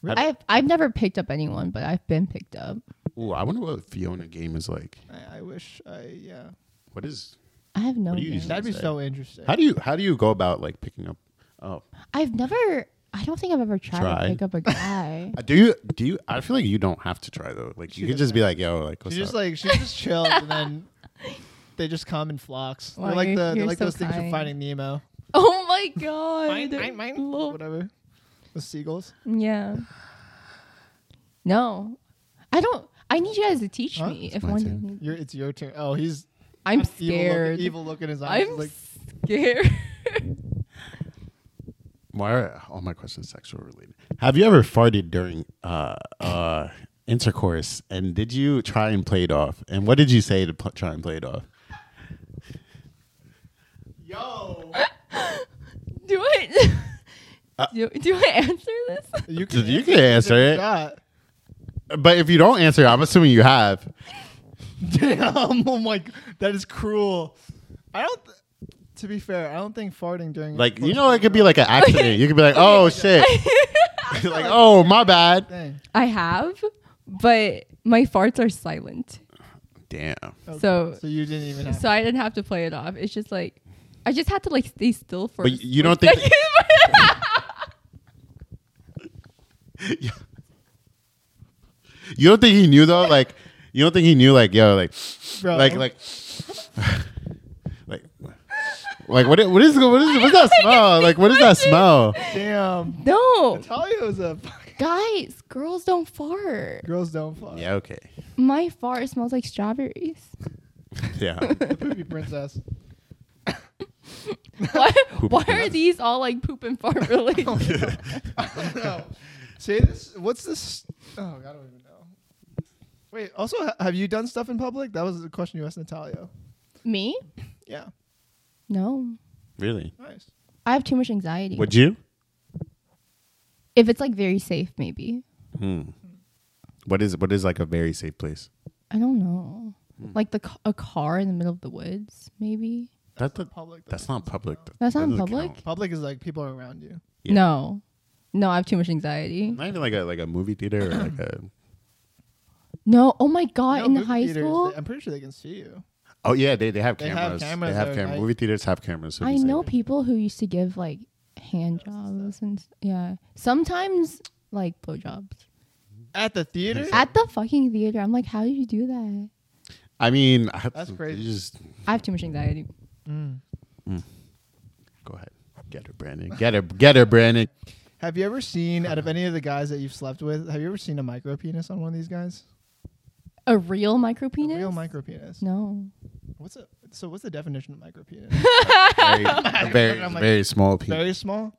Speaker 1: Really?
Speaker 3: I've I've never picked up anyone, but I've been picked up.
Speaker 2: Ooh, I wonder what Fiona game is like.
Speaker 1: I, I wish I yeah.
Speaker 2: What is?
Speaker 3: I have no.
Speaker 2: What do you
Speaker 3: name.
Speaker 2: use?
Speaker 1: That'd be
Speaker 2: Say.
Speaker 1: so interesting.
Speaker 2: How do you how do you go about like picking up? Oh,
Speaker 3: I've never. I don't think I've ever tried,
Speaker 2: Tried.
Speaker 3: to pick up a guy.
Speaker 2: Uh, do you do you? I feel like you don't have to try though. Like
Speaker 1: She
Speaker 2: you could just
Speaker 1: doesn't.
Speaker 2: be like, yo, like what's
Speaker 1: she just
Speaker 2: up?
Speaker 1: like she just chills and then they just come in flocks.
Speaker 3: Wow,
Speaker 1: they're like
Speaker 3: you're-
Speaker 1: the they're
Speaker 3: you're
Speaker 1: like
Speaker 3: so
Speaker 1: those things from
Speaker 3: kind.
Speaker 1: Finding Nemo.
Speaker 3: oh my god.
Speaker 1: Mine, mine, mine,
Speaker 3: Lol.
Speaker 1: whatever. The seagulls.
Speaker 3: Yeah. No, I don't. I need you guys to teach
Speaker 1: Huh?
Speaker 3: me if
Speaker 2: my
Speaker 3: one
Speaker 2: turn.
Speaker 3: day.
Speaker 1: You're, it's your turn. Oh, he's
Speaker 3: I'm
Speaker 1: evil look-
Speaker 3: scared.
Speaker 1: Evil look in his eyes.
Speaker 3: I'm
Speaker 1: like
Speaker 3: scared.
Speaker 2: Why are all my questions sexual related? Have you ever farted during uh uh intercourse? And did you try and play it off? And what did you say to pl- try and play it off?
Speaker 1: yo.
Speaker 3: do I?
Speaker 1: Uh.
Speaker 3: do, do I answer this?
Speaker 1: You
Speaker 2: So you can answer
Speaker 1: Good
Speaker 2: it,
Speaker 1: shot.
Speaker 2: but if you don't answer, I'm assuming you have.
Speaker 1: Damn. Oh my. g- That is cruel. I don't. Th- to be fair, I don't think farting during
Speaker 2: Like you know, it could be like an accident. You could be like, oh shit, like oh my bad.
Speaker 1: Dang.
Speaker 3: I have, but my farts are silent,
Speaker 2: Damn.
Speaker 1: Okay.
Speaker 3: So-
Speaker 1: Oh, so you didn't even. Have
Speaker 3: so I didn't have to play it off. It's just like I just had to like stay still for.
Speaker 2: But
Speaker 3: a
Speaker 2: you don't
Speaker 3: split
Speaker 2: think- Yeah. You don't think he knew though? Like, you don't think he knew? Like, yo, like,
Speaker 1: Bro.
Speaker 2: like, like, like, like, what? i- What is? What is? What's that smell? Like, what is that smell?
Speaker 1: Damn.
Speaker 3: second. no,
Speaker 1: Talia's a fucking
Speaker 3: guys, girls don't fart.
Speaker 1: girls don't fuck.
Speaker 2: Yeah. Okay.
Speaker 3: My fart smells like strawberries.
Speaker 2: Yeah.
Speaker 1: The poopy princess.
Speaker 3: Why,
Speaker 2: Poop
Speaker 3: why are
Speaker 2: princess.
Speaker 3: these all like poop and fart related?
Speaker 1: no. Say this. What's this? Oh, I don't even know. Wait. Also, ha- have you done stuff in public? That was the question you asked Natalia.
Speaker 3: Me?
Speaker 1: Yeah.
Speaker 3: No,
Speaker 2: really?
Speaker 1: Nice.
Speaker 3: I have too much anxiety.
Speaker 2: Would you?
Speaker 3: if it's like very safe, maybe.
Speaker 2: Hmm. What is? What is like a very safe place?
Speaker 3: I don't know.
Speaker 1: Hmm.
Speaker 3: Like the ca- a car in the middle of the woods, maybe.
Speaker 2: That's the,
Speaker 1: Public. though.
Speaker 2: That's not public. That
Speaker 3: That's not
Speaker 2: doesn't
Speaker 3: public?
Speaker 2: count.
Speaker 1: Public is like people are around you.
Speaker 2: Yeah.
Speaker 3: No, no, I have too much anxiety.
Speaker 2: Not even like a like a movie theater or like a.
Speaker 3: No, oh my god,
Speaker 1: No,
Speaker 3: in the
Speaker 1: movie
Speaker 3: high
Speaker 1: theaters,
Speaker 3: school,
Speaker 1: they- I'm pretty sure they can see you.
Speaker 2: Oh yeah, they, they have
Speaker 1: They have
Speaker 2: cameras. They have cameras.
Speaker 1: cameras there, right?
Speaker 2: Movie theaters have cameras. so
Speaker 3: I
Speaker 2: it's safe.
Speaker 3: know people who used to give like hand jobs and s- yeah, sometimes like blowjobs
Speaker 1: At the theater?
Speaker 3: at the fucking theater. I'm like, how did you do that?
Speaker 2: I mean, I-
Speaker 1: That's
Speaker 2: you
Speaker 1: crazy.
Speaker 2: Just
Speaker 3: I have too much anxiety.
Speaker 1: Mm.
Speaker 2: Go ahead. Get her, Brandon. Get her, get her, Brandon.
Speaker 1: Have you ever seen out of any of the guys that you've slept with? Have you ever seen a micro penis on one of these guys?
Speaker 3: A real micro
Speaker 1: A
Speaker 3: penis?
Speaker 1: real micro penis.
Speaker 3: No.
Speaker 1: What's it? So what's the definition of micro penis?
Speaker 2: Very, a very,
Speaker 1: I'm like-
Speaker 2: very small piece.
Speaker 1: Very small.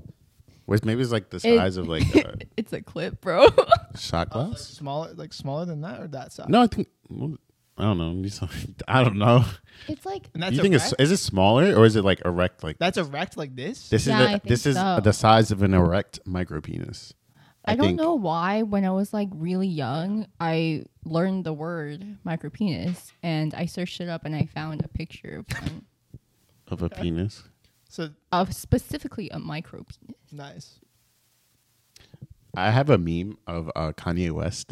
Speaker 2: Which maybe it's like the
Speaker 3: It-
Speaker 2: size of like a
Speaker 3: it's a clip, bro.
Speaker 2: shot
Speaker 1: Like
Speaker 2: glass.
Speaker 1: smaller, like smaller than that or that size.
Speaker 2: No, I think I don't know. You saw- I don't know.
Speaker 3: it's like
Speaker 1: And that's
Speaker 2: you think
Speaker 1: erect?
Speaker 2: it's is it smaller or is it like erect? Like
Speaker 1: that's erect like this.
Speaker 2: this is
Speaker 3: Yeah, I
Speaker 2: the,
Speaker 3: think
Speaker 2: this is
Speaker 3: so.
Speaker 2: the size of an erect micro penis.
Speaker 3: I, don't
Speaker 2: think.
Speaker 3: know why when I was like really young, I learned the word micro penis and I searched it up and I found a picture of one,
Speaker 2: of a penis.
Speaker 1: So
Speaker 3: of specifically a micro penis.
Speaker 1: nice.
Speaker 2: I have a meme of uh, Kanye West.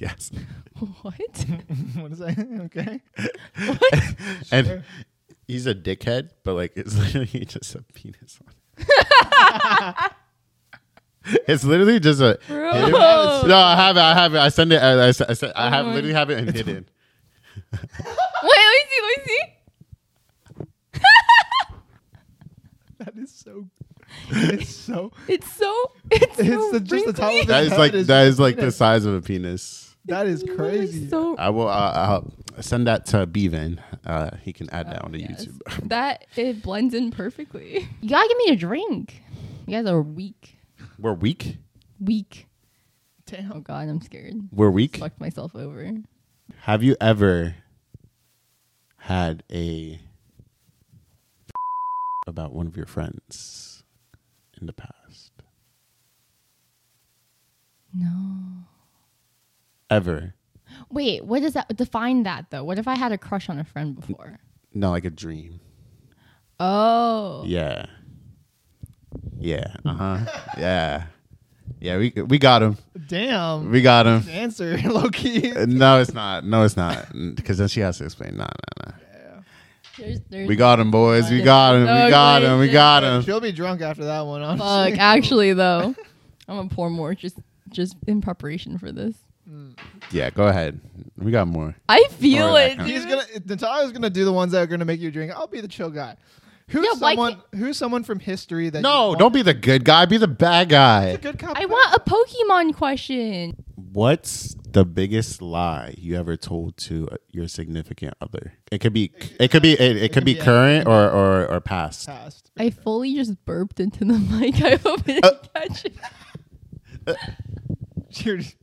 Speaker 2: yes,
Speaker 3: What?
Speaker 1: what is that? okay.
Speaker 2: and he's a dickhead, but like it's literally just a penis on. it. it's literally just a.
Speaker 3: Bro. Oh
Speaker 2: hidden- no, I have it. I have it. I send it. I, I, I send- I have
Speaker 3: my-
Speaker 2: literally have it and hidden.
Speaker 3: wait, let me see, let me see.
Speaker 1: That is so. It's so.
Speaker 3: It's so it's,
Speaker 1: It's
Speaker 3: so
Speaker 1: the- just the top of
Speaker 3: wrinkly.
Speaker 2: That is like
Speaker 1: That is
Speaker 2: that is like the
Speaker 1: penis.
Speaker 2: size of a penis.
Speaker 1: That is
Speaker 3: It's literally
Speaker 1: crazy.
Speaker 3: So
Speaker 2: I will. Uh, I'll send that to Bevan. Uh, he can add that on the
Speaker 3: yes.
Speaker 2: YouTube.
Speaker 3: that it blends in perfectly. You gotta give me a drink. You guys are weak.
Speaker 2: We're weak.
Speaker 3: Weak. Oh
Speaker 1: Damn.
Speaker 3: god, I'm scared.
Speaker 2: We're weak.
Speaker 3: Fucked myself over.
Speaker 2: Have you ever had a about one of your friends in the past?
Speaker 3: No.
Speaker 2: Ever?
Speaker 3: Wait, what does that define that though? What if I had a crush on a friend before?
Speaker 2: No, like a dream.
Speaker 3: Oh.
Speaker 2: Yeah. Yeah. Uh huh. yeah. Yeah. We we got him.
Speaker 1: Damn.
Speaker 2: We got him.
Speaker 1: answer, low key.
Speaker 2: Uh, No, it's not. No, it's not. Because then she has to explain. Nah, nah, nah.
Speaker 3: There's, there's
Speaker 2: We got him, boys. We got him. We got him. We got him.
Speaker 1: She'll be drunk after that one, honestly.
Speaker 3: Fuck, actually though, I'm gonna pour more just just in preparation for this.
Speaker 2: Yeah. Go ahead. We got more.
Speaker 3: I feel
Speaker 2: Sorry,
Speaker 3: it.
Speaker 2: that
Speaker 1: He's
Speaker 3: dude.
Speaker 1: gonna Natalia's gonna do the ones that are gonna make you drink. I'll be the chill guy. Who's
Speaker 3: Yeah, why
Speaker 1: someone who's someone from history that
Speaker 2: No, don't be the good guy. Be the bad guy.
Speaker 1: good cop.
Speaker 3: I
Speaker 1: bad
Speaker 3: want a Pokemon question.
Speaker 2: What's the biggest lie you ever told to your significant other? It could be. It could be. It, it could be current or or or past.
Speaker 1: past.
Speaker 3: I fully just burped into the mic. I hope it didn't
Speaker 2: Uh.
Speaker 3: catch it.
Speaker 1: You're just-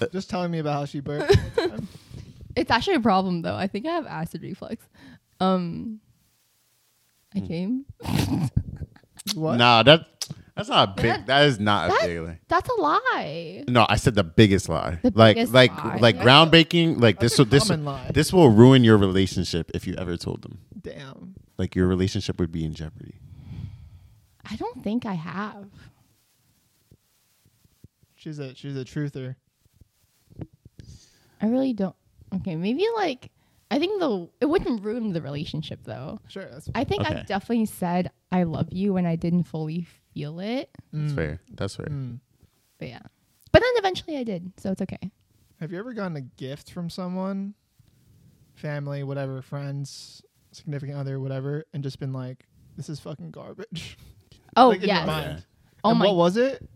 Speaker 2: Uh,
Speaker 1: just telling me about how she burped.
Speaker 3: It's actually a problem though. I think I have acid reflux. Um,
Speaker 2: Hmm.
Speaker 3: I came.
Speaker 1: what?
Speaker 2: Nah, that that's not a big.
Speaker 3: That-
Speaker 2: that is not a
Speaker 3: that-
Speaker 2: big lie.
Speaker 3: That's a lie.
Speaker 2: No, I said the biggest lie.
Speaker 3: The
Speaker 2: like
Speaker 3: biggest
Speaker 2: like
Speaker 3: lie.
Speaker 2: like ground baking. Like
Speaker 1: That's
Speaker 2: this
Speaker 1: a
Speaker 2: will this
Speaker 1: common lie.
Speaker 2: this will ruin your relationship if you ever told them.
Speaker 1: Damn.
Speaker 2: Like your relationship would be in jeopardy.
Speaker 3: I don't think I have.
Speaker 1: She's a she's a truther.
Speaker 3: I really don't. Okay, maybe like I think the it wouldn't ruin the relationship though.
Speaker 1: Sure. That's
Speaker 3: I think
Speaker 2: Okay.
Speaker 3: I've definitely said I love you when I didn't fully feel it.
Speaker 2: That's
Speaker 1: Mm,
Speaker 2: fair. That's fair.
Speaker 1: mm.
Speaker 3: But yeah. But then eventually I did, so it's okay.
Speaker 1: Have you ever gotten a gift from someone, family, whatever, friends, significant other, whatever, and just been like, "This is fucking garbage."
Speaker 3: Oh
Speaker 1: Like, in your
Speaker 3: yes.
Speaker 1: mind.
Speaker 3: Oh
Speaker 1: and
Speaker 3: my
Speaker 1: what was it?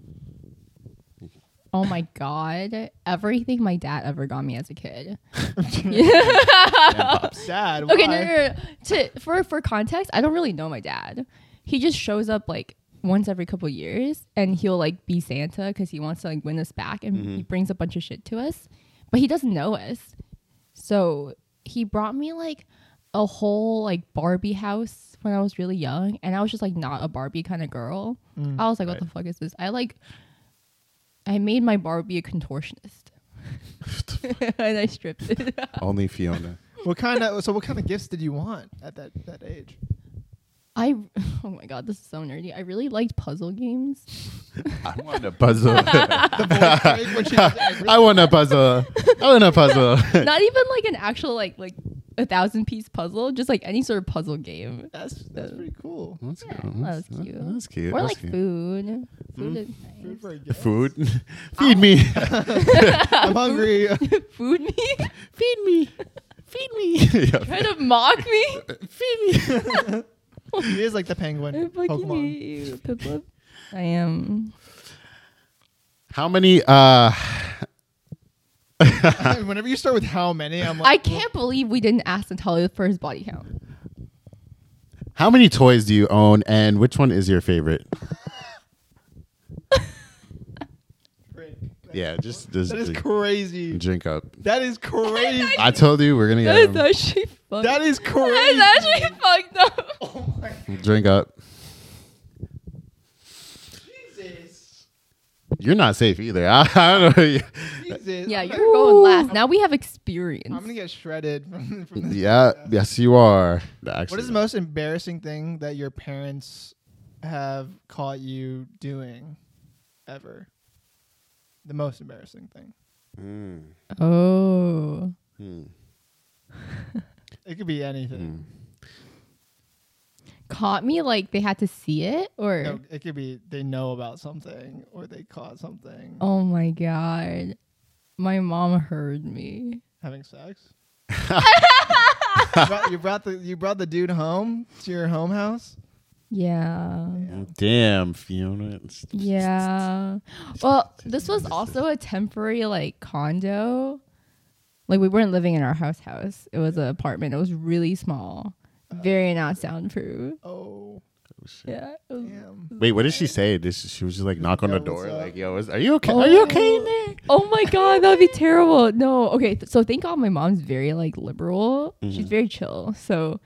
Speaker 3: oh my god. Everything my dad ever got me as a kid.
Speaker 1: Dad.
Speaker 3: Okay, no,
Speaker 1: why?
Speaker 3: no, no, no. To for for context, I don't really know my dad. He just shows up like once every couple years, and he'll like be Santa because he wants to like win us back, and
Speaker 1: Mm-hmm.
Speaker 3: he brings a bunch of shit to us, but he doesn't know us. So he brought me like a whole like Barbie house when I was really young, and I was just like not a Barbie kind of girl.
Speaker 1: Mm,
Speaker 3: I was like, what the fuck is this? I like, I made my Barbie a contortionist, and I stripped it.
Speaker 2: Only Fiona.
Speaker 1: What kind of so what kind of gifts did you want at that that age?
Speaker 3: I oh my god, this is so nerdy. I really liked puzzle games.
Speaker 2: I want a puzzle.
Speaker 1: The voice break when she was angry?
Speaker 2: I want a puzzle. I want a puzzle.
Speaker 3: Not even like an actual like like a thousand piece puzzle, just like any sort of puzzle game.
Speaker 1: that's that's pretty cool.
Speaker 2: That's
Speaker 3: Yeah,
Speaker 2: cool.
Speaker 3: that was
Speaker 2: That's-
Speaker 3: cute.
Speaker 2: That's cute.
Speaker 3: or
Speaker 2: That's
Speaker 3: like
Speaker 2: cute.
Speaker 3: food. Food is
Speaker 1: Food
Speaker 3: nice.
Speaker 1: for a gift.
Speaker 2: Food. Feed me.
Speaker 1: I'm hungry.
Speaker 3: Food me?
Speaker 2: Feed me. Feed me.
Speaker 3: Try to mock me?
Speaker 2: Feed me.
Speaker 1: he is like the
Speaker 3: I
Speaker 1: penguin
Speaker 3: fucking
Speaker 1: Pokemon.
Speaker 3: hate you, Piplup. I am.
Speaker 2: How many? Uh,
Speaker 1: Whenever you start with how many, I'm
Speaker 3: I
Speaker 1: like
Speaker 3: can't believe we didn't ask Natalia for his body count.
Speaker 2: how many toys do you own, and which one is your favorite?
Speaker 1: Great.
Speaker 2: Yeah, just just
Speaker 1: That is
Speaker 2: drink,
Speaker 1: crazy.
Speaker 2: drink up.
Speaker 1: That is crazy.
Speaker 2: I told you we're gonna
Speaker 3: That
Speaker 2: get
Speaker 3: is
Speaker 2: him.
Speaker 3: actually fucked.
Speaker 1: that is
Speaker 3: that is
Speaker 1: crazy.
Speaker 3: actually fucked up.
Speaker 1: oh my
Speaker 2: drink up.
Speaker 1: Jesus.
Speaker 2: You're not safe either. I, I don't know.
Speaker 1: Jesus.
Speaker 3: Yeah,
Speaker 1: I'm
Speaker 3: you're
Speaker 1: gonna-
Speaker 3: going last. Now we have experience.
Speaker 1: I'm gonna get shredded from, from this.
Speaker 2: Yeah, yes, you are.
Speaker 1: What is the most embarrassing thing that your parents have caught you doing ever? The most embarrassing thing.
Speaker 2: Mm.
Speaker 3: Oh.
Speaker 2: Hmm.
Speaker 1: It could be anything.
Speaker 3: Caught me like they had to see it
Speaker 2: Hmm.
Speaker 3: or
Speaker 1: No, it could be they know about something or they caught something
Speaker 3: Oh my god. My mom heard me.
Speaker 1: having sex. you, brought, you brought the you brought the dude home to your home house.
Speaker 3: Yeah.
Speaker 2: Damn, Fiona.
Speaker 3: Yeah. Well, this was also a temporary like condo. Like we weren't living in our house house. It was an apartment. It was really small. Very not soundproof.
Speaker 1: Oh
Speaker 3: Yeah. it was-
Speaker 1: damn!
Speaker 2: Wait, what did she say? Did she, she was just like knock on the
Speaker 1: Yo, what's
Speaker 2: door,
Speaker 1: up?
Speaker 2: like, "Yo, is, are you okay? Are you okay in there?"
Speaker 3: Oh my god, that would be terrible. No, okay. Th- so thank God my mom's very like liberal. She's very chill. So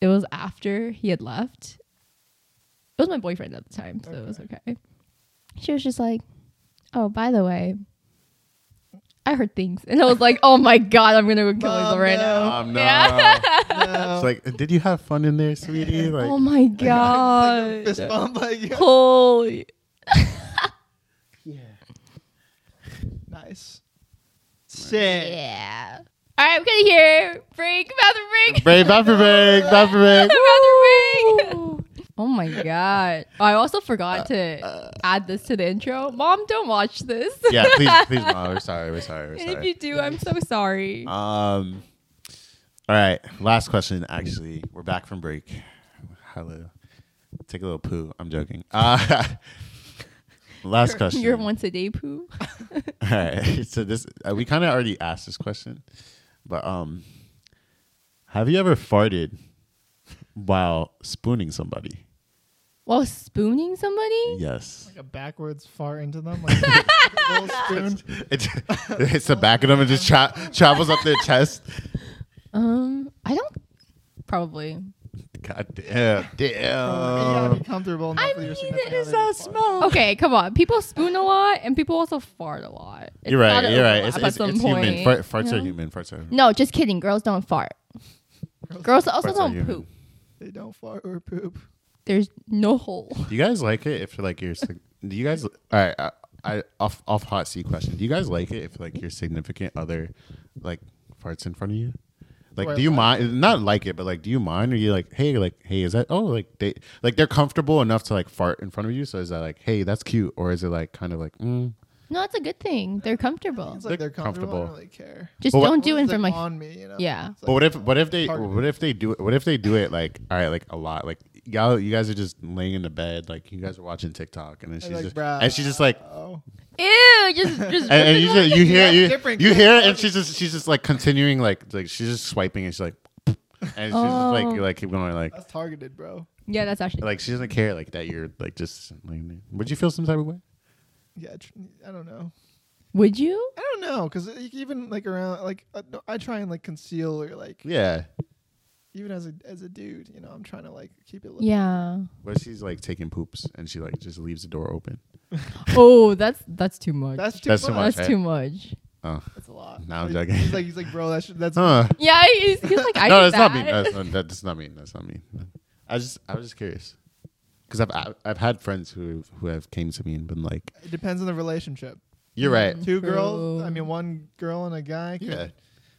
Speaker 3: it was after he had left. It was my boyfriend at the time, so it was okay. She was just like, "Oh, by the way, I heard things, and I was like, oh my god, I'm gonna go kill
Speaker 1: Mom,
Speaker 3: Hazel right
Speaker 1: no.
Speaker 3: now.
Speaker 2: Um, no.
Speaker 1: No.
Speaker 2: It's like, did you have fun in there, sweetie? Like,
Speaker 3: oh my
Speaker 1: Like a
Speaker 3: god,
Speaker 1: fist bump, like,
Speaker 3: holy.
Speaker 1: nice. Sick.
Speaker 3: Yeah. All right, I'm gonna hear break, bathroom break,
Speaker 2: Brave bathroom break, bathroom break.
Speaker 3: bathroom break. oh my god! I also forgot to add this to the intro. Mom, don't watch this.
Speaker 2: Uh, Yeah, please, please, mom. We're sorry. We're sorry. We're
Speaker 3: and if
Speaker 2: sorry.
Speaker 3: you do, I'm so sorry.
Speaker 2: Um. All right. Last question. Actually, we're back from break. Hello. Take a little poo. I'm joking. Uh, last question.
Speaker 3: Your once a day poo.
Speaker 2: All right. So this uh, we kind of already asked this question, but um, have you ever farted while spooning somebody?
Speaker 3: While spooning somebody?
Speaker 2: Yes.
Speaker 1: Like a backwards fart into them, like a little spoon.
Speaker 2: It hits the back of them and just tra- travels up their chest.
Speaker 3: Um, I don't. Probably.
Speaker 2: God damn,
Speaker 3: Oh
Speaker 1: you gotta
Speaker 2: damn.
Speaker 1: be comfortable enough with your significant other to fart.
Speaker 3: Okay, come on. People spoon a lot, and people also fart a lot. It's
Speaker 2: You're right.
Speaker 3: gotta
Speaker 2: You're right.
Speaker 3: overlap
Speaker 2: It's,
Speaker 3: at
Speaker 2: it's,
Speaker 3: some
Speaker 2: it's human.
Speaker 3: point,
Speaker 2: Fart, farts
Speaker 3: you
Speaker 2: are
Speaker 3: know?
Speaker 2: human. Farts are human.
Speaker 3: No, just kidding. Girls don't fart. Girls also
Speaker 2: Farts are
Speaker 3: don't
Speaker 2: human.
Speaker 3: poop.
Speaker 1: They don't fart or poop.
Speaker 3: There's no hole.
Speaker 2: Do you guys like it if like your sig- do you guys all right I, I off off hot seat question do you guys like it if like your significant other like farts in front of you like
Speaker 1: Or
Speaker 2: do you
Speaker 1: laugh.
Speaker 2: mind not like it but like do you mind or you like hey like hey is that oh like they like they're comfortable enough to like fart in front of you so is that like hey that's cute or is it like kind of like mm,
Speaker 3: No, that's a good thing. They're comfortable.
Speaker 1: It's like
Speaker 2: They're
Speaker 1: they're comfortable. I
Speaker 2: comfortable.
Speaker 1: don't really care.
Speaker 3: Just
Speaker 2: But what-
Speaker 3: don't do it in
Speaker 1: It's,
Speaker 3: front of
Speaker 1: like,
Speaker 3: my.
Speaker 1: on me, you know?
Speaker 3: Yeah.
Speaker 1: It's like,
Speaker 2: But what if what if they
Speaker 1: Target.
Speaker 2: what if they do it what if they do it like all right like a lot like y'all you guys are just laying in the bed like you guys are watching TikTok and then she's
Speaker 1: like,
Speaker 2: just
Speaker 1: "Bruh."
Speaker 2: and she's just like
Speaker 1: Oh.
Speaker 3: Ew! Just, just.
Speaker 2: and, and you just, you hear
Speaker 1: Yeah,
Speaker 2: you,
Speaker 1: different
Speaker 2: you
Speaker 1: kind
Speaker 2: hear
Speaker 1: of
Speaker 2: it and she's just she's just like continuing like like she's just swiping and she's like and she's just like
Speaker 3: Oh.
Speaker 2: you like keep going like
Speaker 1: That's targeted, bro.
Speaker 3: yeah, that's actually.
Speaker 2: like she doesn't care like that you're like just laying there. Would you feel some type of way?
Speaker 1: Yeah, tr- I don't know.
Speaker 3: Would you?
Speaker 1: I don't know, cause like, even like around, like uh, no, I try and like conceal or like
Speaker 2: Yeah.
Speaker 1: even as a as a dude, you know, I'm trying to like keep it. Low.
Speaker 3: Yeah.
Speaker 2: What if she's like taking poops and she like just leaves the door open?
Speaker 3: Oh, that's that's too much.
Speaker 1: that's too
Speaker 2: That's too
Speaker 1: much.
Speaker 2: much. eh?
Speaker 3: That's too much.
Speaker 2: Oh.
Speaker 1: That's a lot.
Speaker 2: Now I'm
Speaker 1: He's-
Speaker 2: joking.
Speaker 1: He's like, he's like, bro, that's that's
Speaker 2: Huh.
Speaker 3: Yeah, he's, he's like, I
Speaker 2: uh, no,
Speaker 3: did
Speaker 2: that's not
Speaker 3: that.
Speaker 2: me. That's not, that- that's not me. That's not me. I just I was just curious because I've I- I've had friends who who have came to me and been like,
Speaker 1: it depends on the relationship.
Speaker 2: "You're
Speaker 3: Mm-hmm.
Speaker 2: right."
Speaker 1: Two girls,
Speaker 3: True.
Speaker 1: I mean, one girl and a guy could
Speaker 2: Yeah.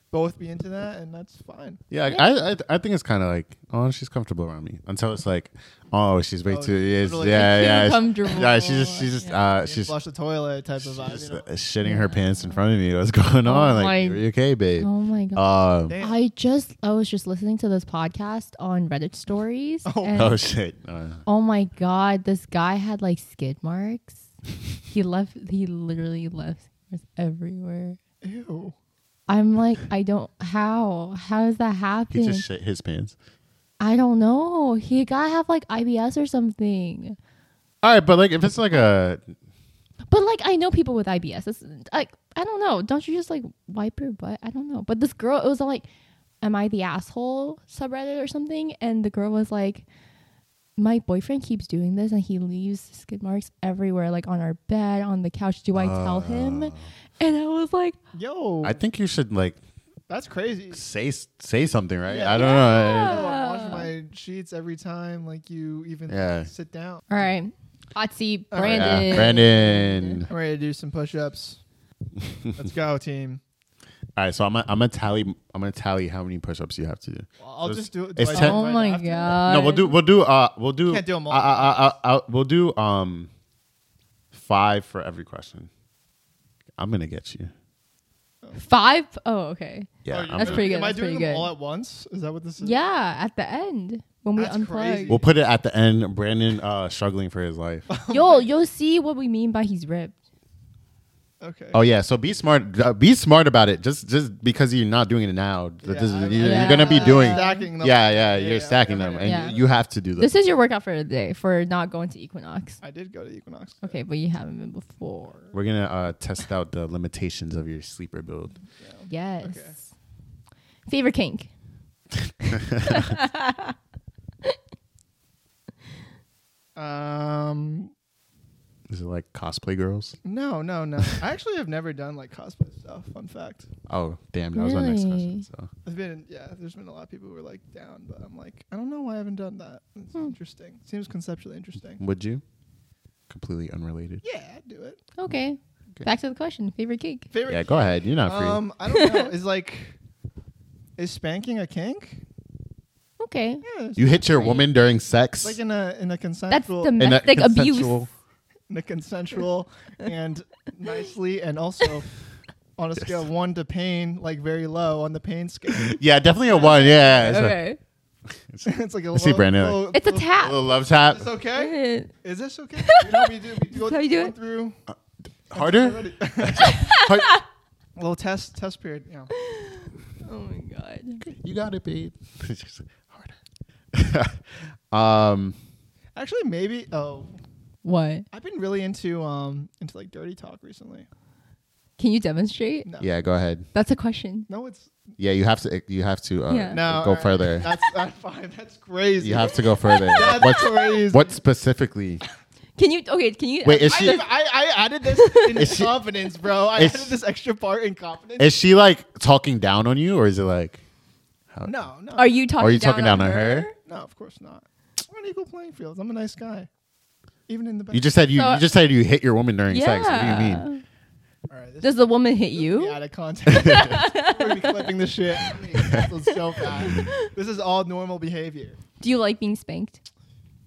Speaker 1: both be into that, and that's fine.
Speaker 2: Yeah, I I, I think it's kind of like, oh, she's comfortable around me until it's like, oh, she's way
Speaker 1: Oh,
Speaker 2: too, yes,
Speaker 1: totally.
Speaker 2: yeah,
Speaker 3: Too
Speaker 2: yeah,
Speaker 3: comfortable.
Speaker 2: yeah. She's just she's just
Speaker 3: Yeah.
Speaker 2: uh,
Speaker 1: You
Speaker 2: she's,
Speaker 1: flush the toilet type
Speaker 2: she's
Speaker 1: of vibe.
Speaker 2: just,
Speaker 1: you know? Oh
Speaker 2: uh, shitting her pants in front of me. What's going on?
Speaker 3: my-
Speaker 2: like, are you okay, babe?
Speaker 3: Oh my god.
Speaker 2: Um,
Speaker 1: Damn.
Speaker 3: I just I was just listening to this podcast on Reddit stories.
Speaker 1: Oh.
Speaker 3: and-
Speaker 2: oh shit. Uh,
Speaker 3: oh my god, this guy had like skid marks. he left he literally left skid marks everywhere.
Speaker 1: Ew.
Speaker 3: I'm like, I don't how? How does that
Speaker 2: he
Speaker 3: happen?
Speaker 2: just shit his pants.
Speaker 3: I don't know. He gotta have like IBS or something.
Speaker 2: All right, but like if it's like a
Speaker 3: But like I know people with IBS. It's like I don't know. Don't you just like wipe your butt? I don't know. But this girl, it was on like, "Am I the asshole?" subreddit or something, and the girl was like, "My boyfriend keeps doing this, and he leaves skid marks everywhere, like on our bed, on the couch. Do I tell him?" And I was like,
Speaker 1: Yo,
Speaker 2: I think you should like
Speaker 1: that's crazy.
Speaker 2: say say something, right?
Speaker 1: Yeah.
Speaker 2: I don't know.
Speaker 1: Oh, I wash
Speaker 3: Yeah.
Speaker 1: my sheets every time, like you even
Speaker 2: Yeah.
Speaker 1: sit down.
Speaker 3: "All right, Hotsy,
Speaker 1: All right.
Speaker 3: Brandon,
Speaker 2: Oh, Yeah, Brandon.
Speaker 1: I'm ready to do some push-ups. Let's go, team.
Speaker 2: All right, so I'm gonna, I'm gonna tally. I'm gonna tally how many push-ups you have to do.
Speaker 1: I'll
Speaker 2: It's-
Speaker 1: just do it.
Speaker 2: it's
Speaker 1: do I
Speaker 2: ten-
Speaker 1: do it
Speaker 3: Oh
Speaker 1: right
Speaker 3: my
Speaker 1: after?
Speaker 3: god!
Speaker 2: no, we'll do. We'll do. Uh, we'll do.
Speaker 1: Can't do 'em all.
Speaker 2: I, I, I, I, we'll do um five for every question. I'm gonna get you.
Speaker 3: five. Oh, okay.
Speaker 2: Yeah,
Speaker 1: Oh,
Speaker 2: I'm
Speaker 1: you're
Speaker 3: That's
Speaker 1: doing-
Speaker 2: gonna-
Speaker 3: pretty good,
Speaker 1: Am
Speaker 3: that's
Speaker 1: I doing
Speaker 3: pretty
Speaker 1: them
Speaker 3: good.
Speaker 1: all at once? Is that what this is?
Speaker 3: Yeah, at the end when we
Speaker 1: That's
Speaker 3: unplug.
Speaker 1: crazy.
Speaker 2: We'll put it at the end. Brandon uh, struggling for his life.
Speaker 3: You'll you'll see what we mean by he's ripped.
Speaker 1: Okay.
Speaker 2: oh yeah, so be smart. Uh, be smart about it. Just just because you're not doing it now, that
Speaker 1: Yeah,
Speaker 2: does-
Speaker 1: I'm-
Speaker 2: you're,
Speaker 3: Yeah.
Speaker 2: you're gonna be doing. Yeah,
Speaker 1: Stacking them.
Speaker 2: yeah, you're
Speaker 1: yeah,
Speaker 2: stacking
Speaker 1: yeah,
Speaker 2: them,
Speaker 1: yeah.
Speaker 2: and
Speaker 3: Yeah.
Speaker 2: you have to do
Speaker 3: This
Speaker 2: them.
Speaker 3: is your workout for the day for not going to Equinox.
Speaker 1: I did go to Equinox.
Speaker 3: Okay, but you haven't been before.
Speaker 2: We're gonna uh, test out the limitations of your sleeper build.
Speaker 3: Yes.
Speaker 1: Okay.
Speaker 3: Favorite kink.
Speaker 1: Um,
Speaker 2: Is it like cosplay girls?
Speaker 1: No, no, no. I actually have never done like cosplay stuff. Fun fact.
Speaker 2: Oh, damn, that was my next
Speaker 3: Really?
Speaker 2: question. So
Speaker 1: I've been in, yeah. There's been a lot of people who are like down, but I'm like, I don't know why I haven't done that. It's
Speaker 3: Hmm.
Speaker 1: interesting. Seems conceptually interesting.
Speaker 2: would you? Completely unrelated.
Speaker 1: Yeah, I'd do it.
Speaker 3: Okay.
Speaker 2: Okay.
Speaker 3: Back to the question. Favorite cake?
Speaker 1: Favorite.
Speaker 2: Yeah, go ahead. You're not free.
Speaker 1: Um, I don't know. Is like, is spanking a kink?
Speaker 3: Okay.
Speaker 1: Yeah. it's
Speaker 2: you hit your
Speaker 3: Right.
Speaker 2: woman during sex.
Speaker 1: like in a in a
Speaker 3: That's
Speaker 1: consensual
Speaker 2: in that
Speaker 3: domestic abuse.
Speaker 2: consensual-
Speaker 1: in a consensual and nicely and also on a scale of one to pain, like very low on the pain scale.
Speaker 2: Yeah, definitely a one. Yeah. It's a-
Speaker 3: Okay.
Speaker 1: it's like a
Speaker 2: I see
Speaker 1: low-
Speaker 2: Brandon, like-
Speaker 1: low-
Speaker 3: It's a Mm-hmm.
Speaker 1: low-
Speaker 2: a little love tap.
Speaker 3: tap.
Speaker 1: Is this okay?
Speaker 3: Okay.
Speaker 1: Is this okay? You know, we do, we do, go
Speaker 3: how you do
Speaker 1: going
Speaker 3: it?
Speaker 1: through
Speaker 2: Harder.
Speaker 1: already.
Speaker 2: Hard-
Speaker 1: little test test period. Yeah.
Speaker 3: Oh my god.
Speaker 2: you got it, babe. It's just harder. um,
Speaker 1: Actually, maybe. Oh,
Speaker 3: What?
Speaker 1: I've been really into um into like dirty talk recently.
Speaker 3: Can you demonstrate?
Speaker 1: No.
Speaker 2: yeah, go ahead.
Speaker 3: That's a question.
Speaker 1: No, it's
Speaker 2: Yeah, you have to. You have to. Uh,
Speaker 3: Yeah.
Speaker 1: no.
Speaker 2: go
Speaker 1: alright.
Speaker 2: further.
Speaker 1: That's not fine. That's crazy.
Speaker 2: You have to go further.
Speaker 1: That's
Speaker 2: What's
Speaker 1: crazy.
Speaker 2: what specifically?
Speaker 3: Can you? Okay. Can you?
Speaker 2: Wait, is
Speaker 1: I,
Speaker 2: she?
Speaker 1: even- I I added this in
Speaker 2: Is she-
Speaker 1: confidence, bro. I
Speaker 2: is-
Speaker 1: added this extra part in confidence.
Speaker 2: Is she like talking down on you, or is it like? How,
Speaker 1: no, no.
Speaker 3: are you talking?
Speaker 2: Are you talking
Speaker 3: down,
Speaker 2: down on her?
Speaker 1: No, of course not. We're on equal playing fields. I'm a nice guy. Even in the back.
Speaker 2: You just said you,
Speaker 3: So-
Speaker 2: you just said you hit your woman during
Speaker 3: Yeah.
Speaker 2: sex. What do you mean?
Speaker 1: All right, this
Speaker 3: Does the woman hit
Speaker 1: Be
Speaker 3: you?
Speaker 1: out of context. We're gonna be clipping this shit. I'm gonna get canceled so fast. This is all normal behavior.
Speaker 3: Do you like being spanked?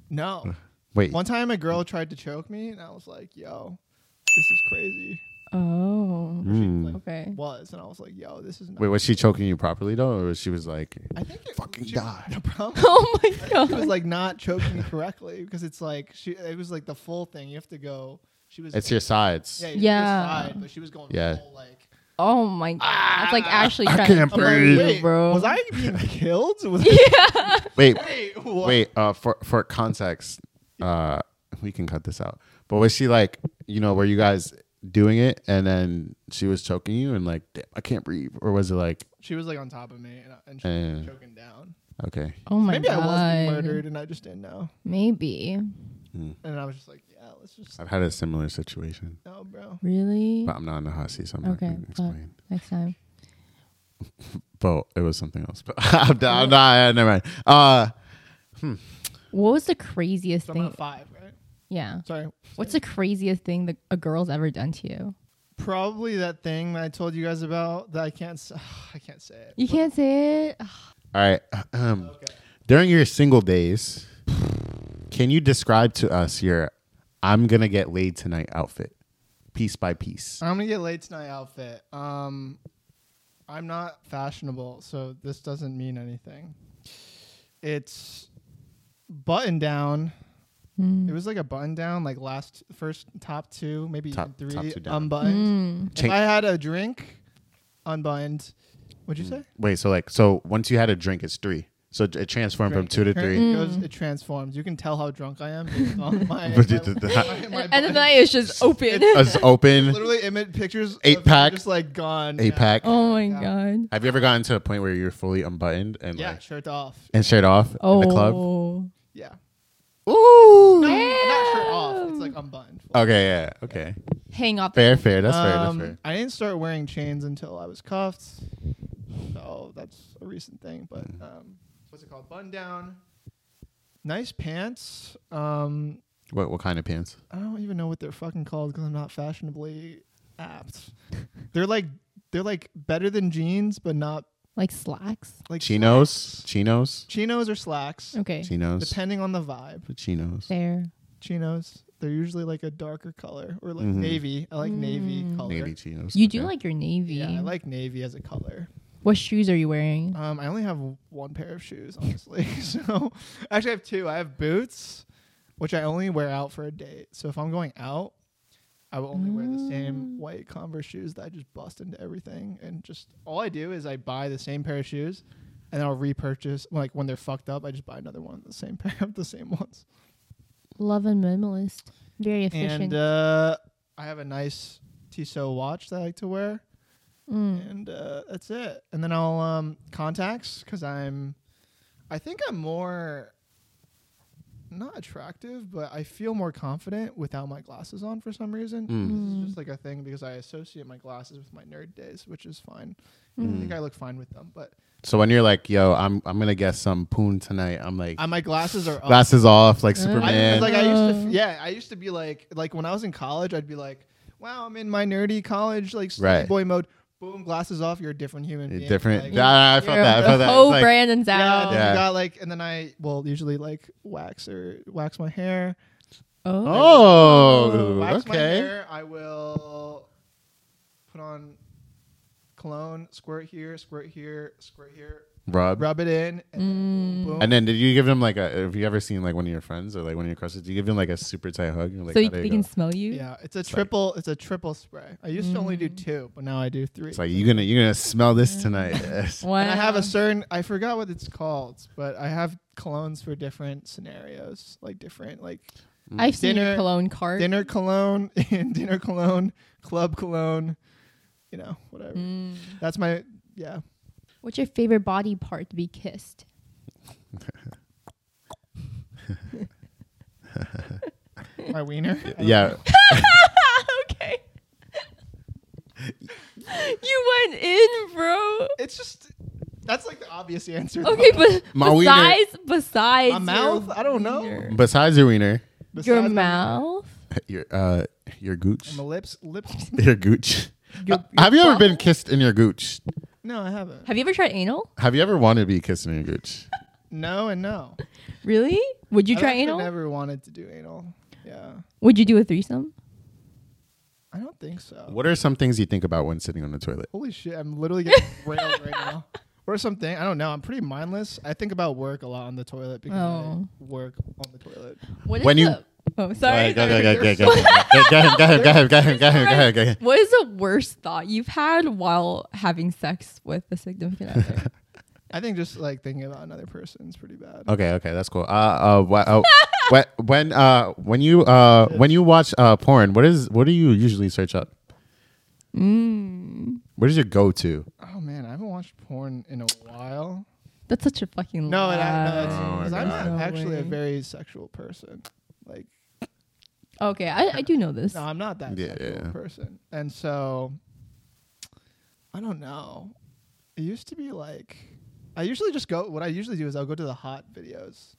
Speaker 1: No.
Speaker 2: Wait.
Speaker 1: One time a girl tried to choke me, and I was like, yo, this is crazy.
Speaker 3: Oh.
Speaker 2: Mm.
Speaker 3: Okay.
Speaker 1: Was. And I was like, yo, this is not.
Speaker 2: Wait, was she choking you properly though, or she was like,
Speaker 1: I think it,
Speaker 2: Fucking
Speaker 1: she-
Speaker 2: die.
Speaker 1: The problem
Speaker 3: Oh my
Speaker 1: she was
Speaker 3: god.
Speaker 1: like not choking me correctly because it's like she it was like the full thing. You have to go. She was
Speaker 2: "It's your sides"?
Speaker 1: yeah,
Speaker 3: Yeah.
Speaker 1: yeah. Side, but she was going
Speaker 2: Yeah.
Speaker 1: full like.
Speaker 3: Oh my god. It's like
Speaker 1: "Ah,
Speaker 3: Ashley
Speaker 2: I
Speaker 3: trying
Speaker 2: can't
Speaker 3: to
Speaker 1: I'm
Speaker 3: kill
Speaker 1: like,
Speaker 2: breathe.
Speaker 3: you,
Speaker 1: wait,
Speaker 3: bro.
Speaker 1: was I being killed? Was
Speaker 3: yeah.
Speaker 2: Wait,
Speaker 1: wait, what?
Speaker 2: wait. Uh, for for context, uh, we can cut this out. But was she like, you know, were you guys doing it, and then she was choking you, and like, "Damn, I can't breathe, or was it like,
Speaker 1: She was like on top of me and, and she was
Speaker 2: Uh.
Speaker 1: choking down.
Speaker 2: okay,
Speaker 3: Oh my
Speaker 1: Maybe
Speaker 3: god.
Speaker 1: I was being murdered and I just didn't know.
Speaker 3: Maybe.
Speaker 1: And I was just like, yeah, let's just
Speaker 2: I've had a similar situation,
Speaker 1: no, bro.
Speaker 3: Really?
Speaker 2: but I'm not in the hot seat, so I'm not
Speaker 3: Okay.
Speaker 2: going to
Speaker 3: fuck.
Speaker 2: explain.
Speaker 3: Next time.
Speaker 2: But it was something else. But I'm not. I'm not yeah, never mind. Uh,
Speaker 3: What was the craziest
Speaker 1: So I'm
Speaker 3: thing?
Speaker 1: at five, right?
Speaker 3: Yeah.
Speaker 1: Sorry.
Speaker 3: What's the craziest thing that a girl's ever done to you?
Speaker 1: Probably that thing that I told you guys about that I can't. s I can't say it.
Speaker 3: You can't say it.
Speaker 1: Oh,
Speaker 3: Ugh,
Speaker 2: all right. Um,
Speaker 1: Okay.
Speaker 2: during your single days, can you describe to us your "I'm gonna get laid tonight" outfit, piece by piece?
Speaker 1: I'm gonna get late tonight outfit. Um, I'm not fashionable, so this doesn't mean anything. It's button down.
Speaker 3: Hmm.
Speaker 1: It was like a button down, like last first top two, maybe
Speaker 2: Top-
Speaker 1: even
Speaker 2: top
Speaker 1: three
Speaker 2: two down.
Speaker 1: unbuttoned. If
Speaker 3: Hmm.
Speaker 2: Change-
Speaker 1: I had a drink, unbuttoned. What'd you say?
Speaker 2: Wait, so like, so once you had a drink, it's three. So it transformed
Speaker 1: Drink.
Speaker 2: from two to
Speaker 1: It turn-
Speaker 3: Hmm.
Speaker 2: three.
Speaker 1: It, goes, it transforms. You can tell how drunk I am. based on my,
Speaker 2: But you did
Speaker 1: my-
Speaker 2: that.
Speaker 1: my
Speaker 3: And the
Speaker 1: button.
Speaker 3: night is just open.
Speaker 2: It's open.
Speaker 1: Literally, image pictures. of
Speaker 2: Eight
Speaker 1: me
Speaker 2: pack.
Speaker 1: just like gone.
Speaker 2: A pack.
Speaker 3: oh my
Speaker 1: Yeah.
Speaker 3: god.
Speaker 2: Have you ever gotten to a point where you're fully unbuttoned and
Speaker 1: Yeah,
Speaker 2: like
Speaker 1: shirt off.
Speaker 2: and shirt off
Speaker 3: Oh.
Speaker 2: in the club?
Speaker 1: Yeah.
Speaker 2: Ooh.
Speaker 1: No, not shirt off. It's like unbuttoned.
Speaker 2: Okay. Yeah. Okay.
Speaker 3: Hang up.
Speaker 2: Fair. Fair. That's fair. That's
Speaker 1: Um,
Speaker 2: fair.
Speaker 1: I didn't start wearing chains until I was cuffed. So that's a recent thing. But
Speaker 2: Mm.
Speaker 1: um, what's it called? Bun down. Nice pants. Um,
Speaker 2: What what kind of pants?
Speaker 1: I don't even know what they're fucking called because I'm not fashionably apt. they're like they're like better than jeans, but not
Speaker 3: Like slacks.
Speaker 1: like
Speaker 2: Chinos. Chinos.
Speaker 1: chinos or slacks,
Speaker 3: Okay.
Speaker 2: Chinos.
Speaker 1: depending on the vibe.
Speaker 2: Chinos.
Speaker 3: Fair.
Speaker 1: Chinos. They're usually like a darker color or like
Speaker 2: Mhm.
Speaker 1: navy. I like navy color.
Speaker 2: Navy chinos.
Speaker 3: You do
Speaker 2: okay.
Speaker 3: like your navy.
Speaker 1: Yeah, I like navy as a color.
Speaker 3: what shoes are you wearing?
Speaker 1: Um, I only have one pair of shoes, honestly. so actually, I have two. I have boots, which I only wear out for a date. So if I'm going out, I will only wear the same white Converse shoes that I just bust into everything. And just all I do is I buy the same pair of shoes, and I'll repurchase. Like when they're fucked up, I just buy another one, the same pair of the same ones.
Speaker 3: Love and minimalist. Very efficient.
Speaker 1: And uh, I have a nice Tissot watch that I like to wear.
Speaker 3: Mm.
Speaker 1: and uh, that's it. And then I'll um, contacts because I'm, I think I'm more not attractive, but I feel more confident without my glasses on for some reason.
Speaker 2: Mm.
Speaker 1: It's
Speaker 3: Mm.
Speaker 1: just like a thing because I associate my glasses with my nerd days, which is fine. I think
Speaker 2: Mm.
Speaker 1: I look fine with them, but
Speaker 2: So when you're like, yo, I'm I'm gonna get some poon tonight. I'm like
Speaker 1: uh, my glasses are up.
Speaker 2: glasses off, like
Speaker 3: Uh,
Speaker 1: Mm-hmm. I,
Speaker 2: Superman.
Speaker 1: it's like I used to,
Speaker 3: Oh.
Speaker 1: f- yeah, I used to be like, like when I was in college, I'd be like, wow, I'm in my nerdy college like sleepy
Speaker 2: Right.
Speaker 1: boy mode. Boom, glasses off, you're a different human being.
Speaker 2: Different.
Speaker 1: Like,
Speaker 2: Nah, I felt
Speaker 3: You're
Speaker 2: that. I
Speaker 3: the
Speaker 2: felt that.
Speaker 3: whole
Speaker 2: It's like-
Speaker 3: Brandon's
Speaker 1: yeah,
Speaker 3: out.
Speaker 1: and then I
Speaker 2: Yeah.
Speaker 1: got like, and then I well usually like wax or wax my hair.
Speaker 3: Oh.
Speaker 2: Oh,
Speaker 1: wax my
Speaker 2: okay.
Speaker 1: hair. I will put on cologne, squirt here, squirt here, squirt here,
Speaker 2: Rob.
Speaker 1: rub it in, and then boom.
Speaker 2: And then did you give him like a? Have you ever seen like one of your friends or like one of your crushes? Do you give him like a super tight hug? You're like,
Speaker 3: so
Speaker 2: "Ah,
Speaker 3: you,
Speaker 2: there
Speaker 3: they
Speaker 2: you
Speaker 3: can
Speaker 2: go."
Speaker 3: smell you.
Speaker 1: yeah, it's a
Speaker 2: like-
Speaker 1: triple. it's a triple spray. I used to only do two, but now I do three.
Speaker 2: It's like you gonna you gonna smell
Speaker 3: Mm-hmm.
Speaker 2: this tonight. Yes.
Speaker 3: Wow.
Speaker 1: and I have a certain. I forgot what it's called, but I have colognes for different scenarios, like different like
Speaker 3: I've seen your
Speaker 1: dinner-
Speaker 3: cologne cart.
Speaker 1: dinner cologne and dinner cologne, club cologne, you know, whatever.
Speaker 3: Mm.
Speaker 1: That's my yeah.
Speaker 3: What's your favorite body part to be kissed?
Speaker 1: My wiener.
Speaker 2: yeah.
Speaker 3: okay. you went in, bro.
Speaker 1: It's just that's like the obvious answer. though.
Speaker 3: Okay, but
Speaker 2: My wiener-
Speaker 3: besides, besides
Speaker 1: My mouth?
Speaker 3: your
Speaker 1: I don't know.
Speaker 3: wiener.
Speaker 2: Besides your wiener,
Speaker 1: Besides
Speaker 3: Your
Speaker 1: my-
Speaker 3: mouth.
Speaker 2: your uh, your gooch,
Speaker 1: and my lips, lips.
Speaker 2: your gooch.
Speaker 3: Your-
Speaker 2: Have you ever
Speaker 3: bum?
Speaker 2: been kissed in your gooch?
Speaker 1: No, I haven't.
Speaker 3: Have you ever tried anal?
Speaker 2: Have you ever wanted to be kissed in your gooch?
Speaker 1: No, and no.
Speaker 3: Really? Would you
Speaker 1: I've
Speaker 3: try
Speaker 1: actually
Speaker 3: anal?
Speaker 1: Never wanted to do anal. Yeah,
Speaker 3: Would you do a threesome?
Speaker 1: I don't think so.
Speaker 2: What are some things you think about when sitting on the toilet?
Speaker 1: Holy shit! I'm literally getting railed right now. Or something. I don't know. I'm pretty mindless. I think about work a lot on the toilet because
Speaker 3: Oh.
Speaker 1: I work on the toilet.
Speaker 3: What is
Speaker 2: When you-
Speaker 3: the- Oh, sorry.
Speaker 2: Alright, Go
Speaker 3: sorry.
Speaker 2: go go go go go go ahead, go ahead, go ahead, go ahead, go ahead, go ahead, go ahead.
Speaker 3: What is the worst thought you've had while having sex with a significant other?
Speaker 1: I think just like thinking about another person is pretty bad.
Speaker 2: Okay, okay, that's cool. Uh, uh, wha- uh wha- when uh, when you uh, when you watch uh, porn, what is what do you usually search up?
Speaker 3: mm,
Speaker 2: What is your go to?
Speaker 1: Oh man, I haven't watched porn in a while.
Speaker 3: that's such a fucking
Speaker 1: No, and I, no,
Speaker 3: lie.
Speaker 1: it's
Speaker 2: Oh my
Speaker 1: because I'm
Speaker 2: God.
Speaker 1: not
Speaker 3: No
Speaker 1: actually a
Speaker 3: way.
Speaker 1: very sexual person. Like,
Speaker 3: okay. I, I do know this.
Speaker 1: no, I'm not that
Speaker 2: Yeah,
Speaker 1: sexual
Speaker 2: yeah.
Speaker 1: person, and so I don't know. It used to be like I usually just go. What I usually do is I'll go to the hot videos,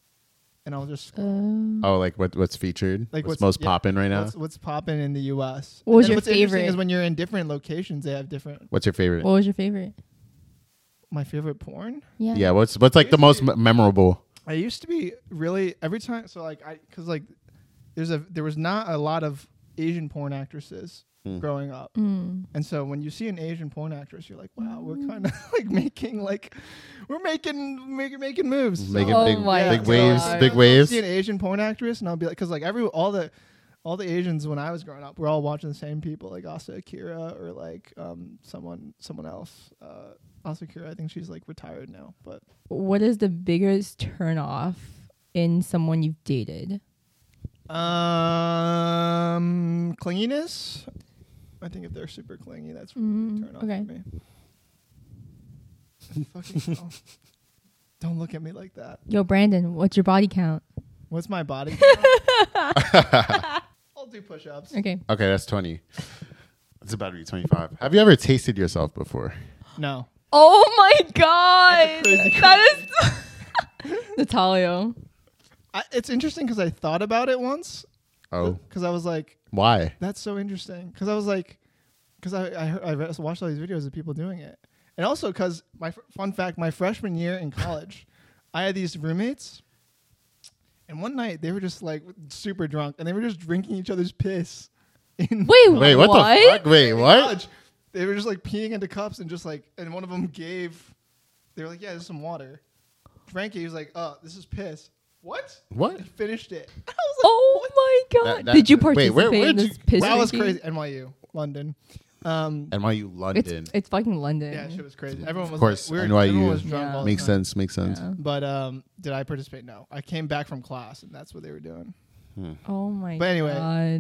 Speaker 1: and I'll just scroll.
Speaker 3: Um,
Speaker 2: Oh, like what what's featured?
Speaker 1: Like what's-
Speaker 2: what's, most
Speaker 1: yeah,
Speaker 2: popping right now?
Speaker 1: what's,
Speaker 2: What's,
Speaker 1: what's popping in the U.S.
Speaker 3: What was
Speaker 1: And
Speaker 3: your
Speaker 1: what's interesting Is
Speaker 3: favorite?
Speaker 1: when you're in different locations, they have different.
Speaker 2: your favorite?
Speaker 3: what was your favorite?
Speaker 1: My favorite porn.
Speaker 3: Yeah.
Speaker 2: yeah, what's what's like the most m- memorable?
Speaker 1: I used to be really every time. So like I because like there's a there was not a lot of Asian porn actresses
Speaker 2: Mm.
Speaker 1: growing up,
Speaker 3: Mm.
Speaker 1: and so when you see an Asian porn actress, you're like, wow, we're kind of like making like we're making making making moves, So-
Speaker 2: Making
Speaker 3: Oh
Speaker 2: big,
Speaker 3: my
Speaker 2: big
Speaker 3: God.
Speaker 2: waves,
Speaker 1: so
Speaker 2: big
Speaker 1: I'll
Speaker 2: waves.
Speaker 1: See an Asian porn actress, and I'll be like, because like every all the all the Asians when I was growing up, we're all watching the same people, like Asa Akira or like um someone someone else. Uh, Asa Akira, I think she's like retired now, but
Speaker 3: What is the biggest turn off in someone you've dated?
Speaker 1: Um, clinginess. I think if they're super clingy, that's really
Speaker 3: Mm,
Speaker 1: turn off
Speaker 3: okay.
Speaker 1: for me. Fucking hell. Don't look at me like that.
Speaker 3: Yo, Brandon, what's your body count?
Speaker 1: What's my body? count? I'll do push-ups.
Speaker 3: Okay.
Speaker 2: Okay, that's twenty. That's about to be twenty-five. Have you ever tasted yourself before?
Speaker 1: No.
Speaker 3: Oh my god,
Speaker 1: That's a crazy
Speaker 3: that is Natalia.
Speaker 1: I, it's interesting because I thought about it once.
Speaker 2: Oh,
Speaker 1: Because I was like,
Speaker 2: why?
Speaker 1: that's so interesting. Because I was like, because I I, heard, I re- watched all these videos of people doing it, and also because my fr- fun fact, my freshman year in college, I had these roommates, and one night they were just like super drunk, and they were just drinking each other's piss. In
Speaker 3: Wait,
Speaker 2: Wait, what,
Speaker 3: what?
Speaker 2: the fuck? Wait, what?
Speaker 1: college, they were just like peeing into cups and just like, and one of them gave. They were like, "Yeah, there's some water." Drank it. He was like, "Oh, this is piss." What?
Speaker 2: What?
Speaker 1: And finished it. I was like,
Speaker 3: Oh my god!
Speaker 2: That- that-
Speaker 3: Did you
Speaker 2: wait, where-
Speaker 3: participate in
Speaker 2: where'd you-
Speaker 3: this piss?
Speaker 1: that was crazy.
Speaker 3: drinking?
Speaker 1: NYU, London. Um,
Speaker 2: NYU London.
Speaker 3: It's, it's fucking London.
Speaker 1: Yeah, shit was crazy. Everyone was
Speaker 2: of course,
Speaker 1: like, we were,
Speaker 2: NYU.
Speaker 1: everyone was drunk
Speaker 3: Yeah.
Speaker 1: all the
Speaker 2: makes
Speaker 1: time.
Speaker 2: sense. Makes sense.
Speaker 3: Yeah.
Speaker 1: But um, did I participate? No, I came back from class, and that's what they were doing.
Speaker 3: Oh my
Speaker 1: But anyway.